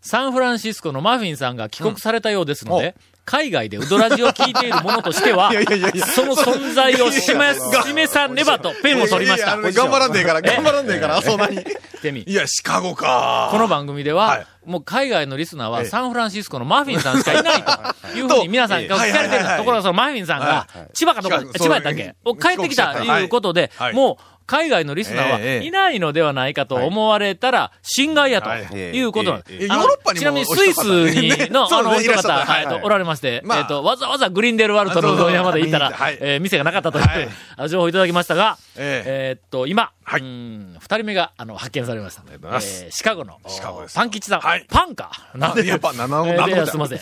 [SPEAKER 1] サンフランシスコのマフィンさんが帰国されたようですので、海外でウドラジを聞いている者としては、
[SPEAKER 3] [LAUGHS] いやいやいやいや
[SPEAKER 1] その存在を示
[SPEAKER 3] [LAUGHS] いやいやいや
[SPEAKER 1] す、示さねばとペンを取りまし
[SPEAKER 3] いや
[SPEAKER 1] た
[SPEAKER 3] いや。いやあの頑張らんでええから、
[SPEAKER 1] え
[SPEAKER 3] 頑張らんでええから、そんなに。
[SPEAKER 1] テミ
[SPEAKER 3] いや、シカゴか。
[SPEAKER 1] この番組では、
[SPEAKER 3] はい
[SPEAKER 1] もう海外のリスナー
[SPEAKER 3] え
[SPEAKER 1] は
[SPEAKER 3] え
[SPEAKER 1] サンフランシスコのマフィンさんしかいない
[SPEAKER 3] [LAUGHS]
[SPEAKER 1] というふうに皆さんが聞かれてる
[SPEAKER 3] はいはいはいはい
[SPEAKER 1] ところが、そのマフィンさんが
[SPEAKER 3] はいはい
[SPEAKER 1] 千葉かどこか、
[SPEAKER 3] そう
[SPEAKER 1] 千葉やったっけ
[SPEAKER 3] そう
[SPEAKER 1] を帰ってきたということで、
[SPEAKER 3] はいはい
[SPEAKER 1] もう海外のリスナ
[SPEAKER 3] え
[SPEAKER 1] ー
[SPEAKER 3] えええ
[SPEAKER 1] はいないのではないかと思われたら、侵害やということなんです。
[SPEAKER 4] はい
[SPEAKER 3] ええええ
[SPEAKER 1] あの
[SPEAKER 3] ヨーロッパにも
[SPEAKER 1] ちなみにスイスに
[SPEAKER 3] [LAUGHS]
[SPEAKER 1] の、
[SPEAKER 3] そ
[SPEAKER 1] あ
[SPEAKER 3] うね
[SPEAKER 1] の、お一
[SPEAKER 3] いらっしゃった
[SPEAKER 1] 方、
[SPEAKER 3] はい
[SPEAKER 1] はい
[SPEAKER 3] はい
[SPEAKER 1] おられまして、
[SPEAKER 3] まあ
[SPEAKER 1] えっと、わざわざグリンデルワルトのうどん屋まで行ったら、
[SPEAKER 3] はい
[SPEAKER 1] えー店がなかったという、
[SPEAKER 3] はい
[SPEAKER 1] あ情報をいただきましたが、
[SPEAKER 3] え
[SPEAKER 1] えー
[SPEAKER 3] え
[SPEAKER 1] っと、今、
[SPEAKER 3] はいう
[SPEAKER 1] ーん二人目があの発見されました。
[SPEAKER 3] とうございます
[SPEAKER 1] えーシカゴの
[SPEAKER 3] シカゴです
[SPEAKER 1] パン吉さん。
[SPEAKER 3] はい
[SPEAKER 1] パンか。なん
[SPEAKER 3] いやパンなな
[SPEAKER 1] [LAUGHS] えー
[SPEAKER 3] なん
[SPEAKER 1] で
[SPEAKER 3] でも
[SPEAKER 1] すいません。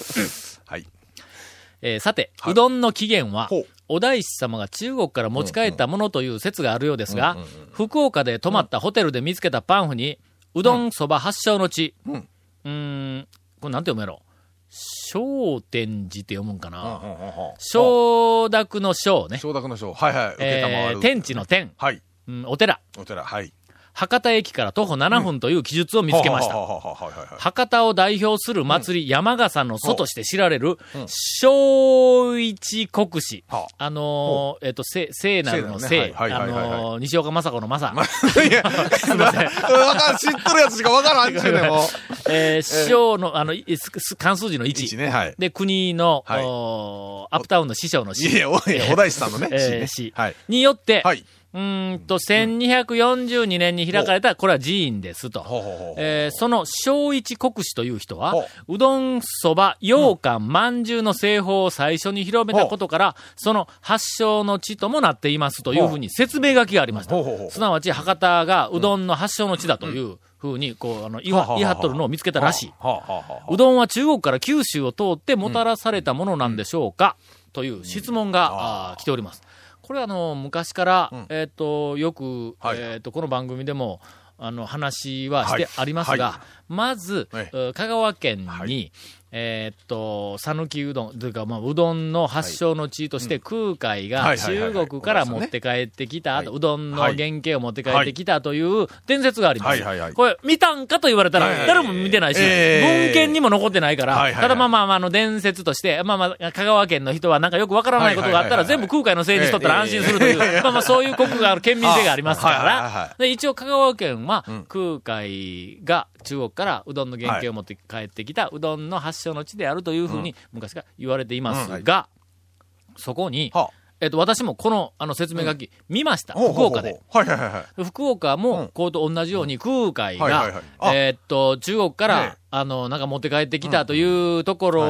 [SPEAKER 3] はい。
[SPEAKER 1] えーさて、
[SPEAKER 3] はいう
[SPEAKER 1] どんの起源は
[SPEAKER 3] ほう、
[SPEAKER 1] お大師様が中国から持ち帰ったものという説があるようですが、福岡で泊まったホテルで見つけたパンフに、うどんそば発祥の地、う
[SPEAKER 3] うん
[SPEAKER 1] ーん、これなんて読むやろ商天寺って読むんかな、
[SPEAKER 3] 承
[SPEAKER 1] 承諾の承ね。
[SPEAKER 3] 承諾の承。はいはい。受けたま
[SPEAKER 1] え
[SPEAKER 3] わる。
[SPEAKER 1] ー天地の天、
[SPEAKER 3] はい。
[SPEAKER 1] うんお寺。
[SPEAKER 3] お寺、はい。
[SPEAKER 1] 博多駅から徒歩7分という記述を見つけました。
[SPEAKER 3] ははははははいはい。
[SPEAKER 1] 博多を代表する祭り、山笠の祖として知られる、小一国史。
[SPEAKER 3] は
[SPEAKER 1] あのーえっ、と、せ、聖なるの
[SPEAKER 3] 聖
[SPEAKER 1] 聖、
[SPEAKER 3] なるねはい
[SPEAKER 1] あ
[SPEAKER 3] はいはいはい
[SPEAKER 1] のー西岡雅子の雅。
[SPEAKER 3] いや、すいません。わかん、知っとるやつしかわからんっちゅうね、もう。
[SPEAKER 1] えー、小の、あの、 [LAUGHS] いすす漢数字の
[SPEAKER 3] 一
[SPEAKER 1] 1。
[SPEAKER 3] ね、はい。
[SPEAKER 1] で、国の、
[SPEAKER 3] はい
[SPEAKER 1] おーアップタウンの師匠の
[SPEAKER 3] い
[SPEAKER 1] 師。
[SPEAKER 3] や、おいやお大師さんのね、
[SPEAKER 1] えー
[SPEAKER 3] 地
[SPEAKER 1] 市
[SPEAKER 3] ねはい。
[SPEAKER 1] によって、
[SPEAKER 3] はい。
[SPEAKER 1] うーんと、1242年に開かれた、これは寺院ですと。
[SPEAKER 3] ほうほうほうほう
[SPEAKER 1] えーその小一国史という人は
[SPEAKER 3] ほ、
[SPEAKER 1] うどん、そば、羊羹、まんじゅうの製法を最初に広めたことから、その発祥の地ともなっていますというふうに説明書きがありました
[SPEAKER 3] ほうほうほ。う
[SPEAKER 1] すなわち博多がうどんの発祥の地だというふうに、こう、あの、言
[SPEAKER 3] はあは
[SPEAKER 1] わ
[SPEAKER 3] あ
[SPEAKER 1] 言い張っとるのを見つけたらしい。
[SPEAKER 3] はあはあはあ
[SPEAKER 1] うどんは中国から九州を通ってもたらされたものなんでしょうか、という質問が、あー来ております。これはあの、昔から、
[SPEAKER 3] ん
[SPEAKER 1] えっ、と、よく、
[SPEAKER 3] はい
[SPEAKER 1] えっ、と、この番組でも、あの、話はしてありますが、
[SPEAKER 3] はいは
[SPEAKER 1] まず、
[SPEAKER 5] はい
[SPEAKER 1] えー香川県に、えーっと、讃岐うどん、というか、まあ、うどんの発祥の地として、空海
[SPEAKER 5] は
[SPEAKER 1] が
[SPEAKER 5] いはいはいはい
[SPEAKER 1] 中国から持って帰ってきた、うどんの原型を持って帰ってきたという伝説があります。
[SPEAKER 5] はいはいはい
[SPEAKER 1] これ、見たんかと言われたら、
[SPEAKER 5] はいはい
[SPEAKER 1] 誰も見てないし、
[SPEAKER 5] えー
[SPEAKER 1] 文献にも残ってないから、
[SPEAKER 5] はいはいはい
[SPEAKER 1] ただまあまあまあ、あの、伝説として、まあまあ、香川県の人はなんかよくわからないことがあったら、
[SPEAKER 5] はいはいはいはい
[SPEAKER 1] 全部空海のせいにしとったら安心するという、まあまあ、そういう国がある、県民性がありますか
[SPEAKER 5] あはいはいはいは
[SPEAKER 1] ら、で一応香川県は、空海が中国からうどんの原型を持って帰ってきた、うどんの発祥の地であるというふうに、昔から言われていますが、そこに、
[SPEAKER 5] はあ
[SPEAKER 1] えっと、私もこの、あの、説明書き、見ました。
[SPEAKER 5] ほう
[SPEAKER 1] 福
[SPEAKER 5] ほうほう
[SPEAKER 1] 岡で。。
[SPEAKER 5] はいはいはいはい。
[SPEAKER 1] 福岡も、こうと同じように、空海
[SPEAKER 5] はいはい
[SPEAKER 1] が
[SPEAKER 5] はい、あ
[SPEAKER 1] えーっと、中国か
[SPEAKER 5] ね
[SPEAKER 1] ら、あの、なんか持って帰ってきたというところ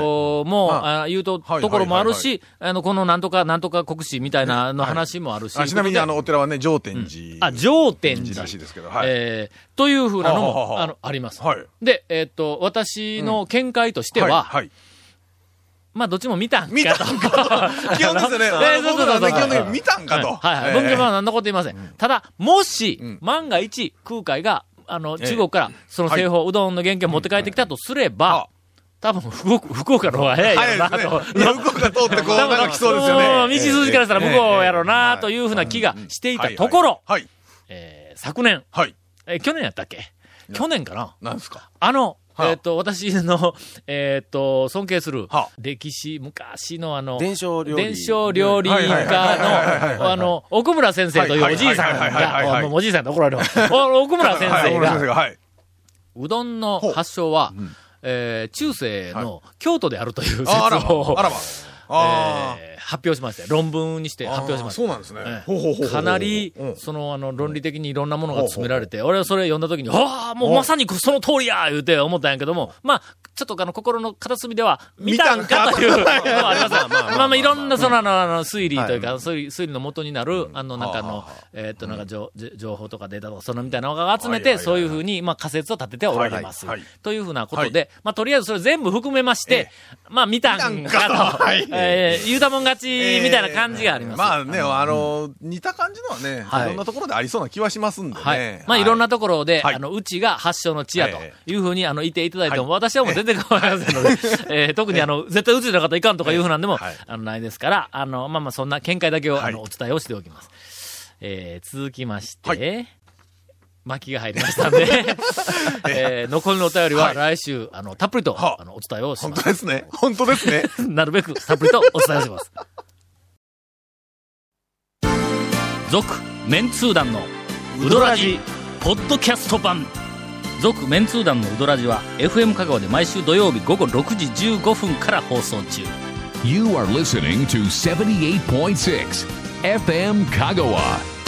[SPEAKER 5] はい
[SPEAKER 1] も、
[SPEAKER 5] は
[SPEAKER 1] あいうと、
[SPEAKER 5] はい
[SPEAKER 1] ところもあるし、あの、このなんとか、なんとか国史みたいなの話もあるし。
[SPEAKER 5] あちなみにあの、お寺はね、上天寺。
[SPEAKER 1] あ、上天
[SPEAKER 5] ら
[SPEAKER 1] 寺
[SPEAKER 5] しい。ですけど、はい。
[SPEAKER 1] えーというふうなの
[SPEAKER 5] ははは
[SPEAKER 1] も、
[SPEAKER 5] は
[SPEAKER 1] あの、あります。
[SPEAKER 5] はい
[SPEAKER 1] で、えーっと、私の見解としては、
[SPEAKER 5] はい。
[SPEAKER 1] まあ、どっちも見たんか
[SPEAKER 5] 見たんかと。基本ですよ
[SPEAKER 1] [LAUGHS]
[SPEAKER 5] ね。
[SPEAKER 1] えー
[SPEAKER 5] あの僕らはね、基本的に見たんかと。
[SPEAKER 1] はいはい。
[SPEAKER 5] えー
[SPEAKER 1] 文献は何のこと言いません。ただ、もし、万が一、空海が、あの、
[SPEAKER 5] ええ
[SPEAKER 1] 中国から、その製法、うどんの原型を持って帰ってきたとすれば、多分、福岡、福岡の方が早いやろうな、
[SPEAKER 5] 早いです
[SPEAKER 1] と。
[SPEAKER 5] ね。いや向こうが通ってこう、なんか来そうですよ
[SPEAKER 1] うん
[SPEAKER 5] ね。
[SPEAKER 1] 道筋からしたら向こうやろうな、と
[SPEAKER 5] う
[SPEAKER 1] いうふうな気がしていたところ、
[SPEAKER 5] はい。
[SPEAKER 1] えー昨年、
[SPEAKER 5] はい。
[SPEAKER 1] えー去年やったっけ去年かな
[SPEAKER 5] なんですか
[SPEAKER 1] あの、
[SPEAKER 5] はあ
[SPEAKER 1] えっ、と、私の、えっ、と、尊敬する
[SPEAKER 5] はあ、
[SPEAKER 1] 歴史、昔のあの、
[SPEAKER 4] 伝承料理
[SPEAKER 1] 伝承料理家
[SPEAKER 5] はいはいはいはいはいはいはい
[SPEAKER 1] の、あの、奥村先生とい
[SPEAKER 5] は
[SPEAKER 1] う
[SPEAKER 5] い
[SPEAKER 1] おじいさん
[SPEAKER 5] はいはいはいはい
[SPEAKER 1] が、
[SPEAKER 5] はい
[SPEAKER 1] あもうおじいさんと怒られるわ。
[SPEAKER 5] [LAUGHS]
[SPEAKER 1] お奥村先
[SPEAKER 5] はい
[SPEAKER 1] 生
[SPEAKER 5] 小村先生
[SPEAKER 1] が、
[SPEAKER 5] が。はい。
[SPEAKER 1] うどんの発祥は、えー中世の京都であるという説
[SPEAKER 5] ああら
[SPEAKER 1] を
[SPEAKER 5] ま。あ、らま。あ
[SPEAKER 1] えー発表しまして、論文にして
[SPEAKER 5] あ。
[SPEAKER 1] 発表しました
[SPEAKER 5] そう。なんですね
[SPEAKER 1] ええ。
[SPEAKER 5] ほうほうほうほう
[SPEAKER 1] かなり
[SPEAKER 5] うん、
[SPEAKER 1] その、あの、論理的にいろんなものが詰められて、俺はそれ読んだ時に、わあもうまさにその通りや言うて思ったんやけども、まあ、ちょっとあの、心の片隅では、見たんかというのはありますが、まあまあ、いろんな、その、あの、あの推理というか、推理推理の元になる、あの、なんかあの、えーっと、なんか情情報とかデータとか、そのみたいなのが集め
[SPEAKER 5] はいはいはい
[SPEAKER 1] て、
[SPEAKER 5] はい
[SPEAKER 1] そういうふうに、まあ、仮説を立てておられます
[SPEAKER 5] はいはいはい。
[SPEAKER 1] というふうなことで、まあ、とりあえずそれ全部含めまして、まあ、見たんかと、
[SPEAKER 5] [LAUGHS] はい
[SPEAKER 1] えー言うたもん勝ちみたいな感じがあります。
[SPEAKER 5] まあね、あの、似た感じのはね、
[SPEAKER 1] はい
[SPEAKER 5] いろんなところでありそうな気はしますんでね。
[SPEAKER 1] はい。まあ、いろんなところで、
[SPEAKER 5] はい
[SPEAKER 1] あの、うちが発祥の地やと
[SPEAKER 5] え
[SPEAKER 1] いうふうに、あの、言っていただいても、私はもう全然構いませんので、 [LAUGHS] えー特にあの、絶対うちの方いかんとかいうふうなんでも、
[SPEAKER 5] はい
[SPEAKER 1] あの、ないですから、あの、まあまあ、そんな見解だけを、あの、
[SPEAKER 5] は
[SPEAKER 1] お伝えをしておきます。えー続きまして、巻きが入りましたん
[SPEAKER 5] [LAUGHS]
[SPEAKER 1] で、 [LAUGHS] えー残りのお便りは来週、あの、たっぷりと、
[SPEAKER 5] は
[SPEAKER 1] あの、お伝えをし
[SPEAKER 5] 本
[SPEAKER 1] ま
[SPEAKER 5] 当
[SPEAKER 1] す。
[SPEAKER 5] ですね。本当ですね。
[SPEAKER 1] [LAUGHS] なるべくたっぷりとお伝えします。続、メンツー団のウドラジポッドキャスト版。続、メンツー団のウドラジは FM 香川で毎週土曜日午後6時15分から放送中。
[SPEAKER 2] You are listening to 78.6 FM Kagawa.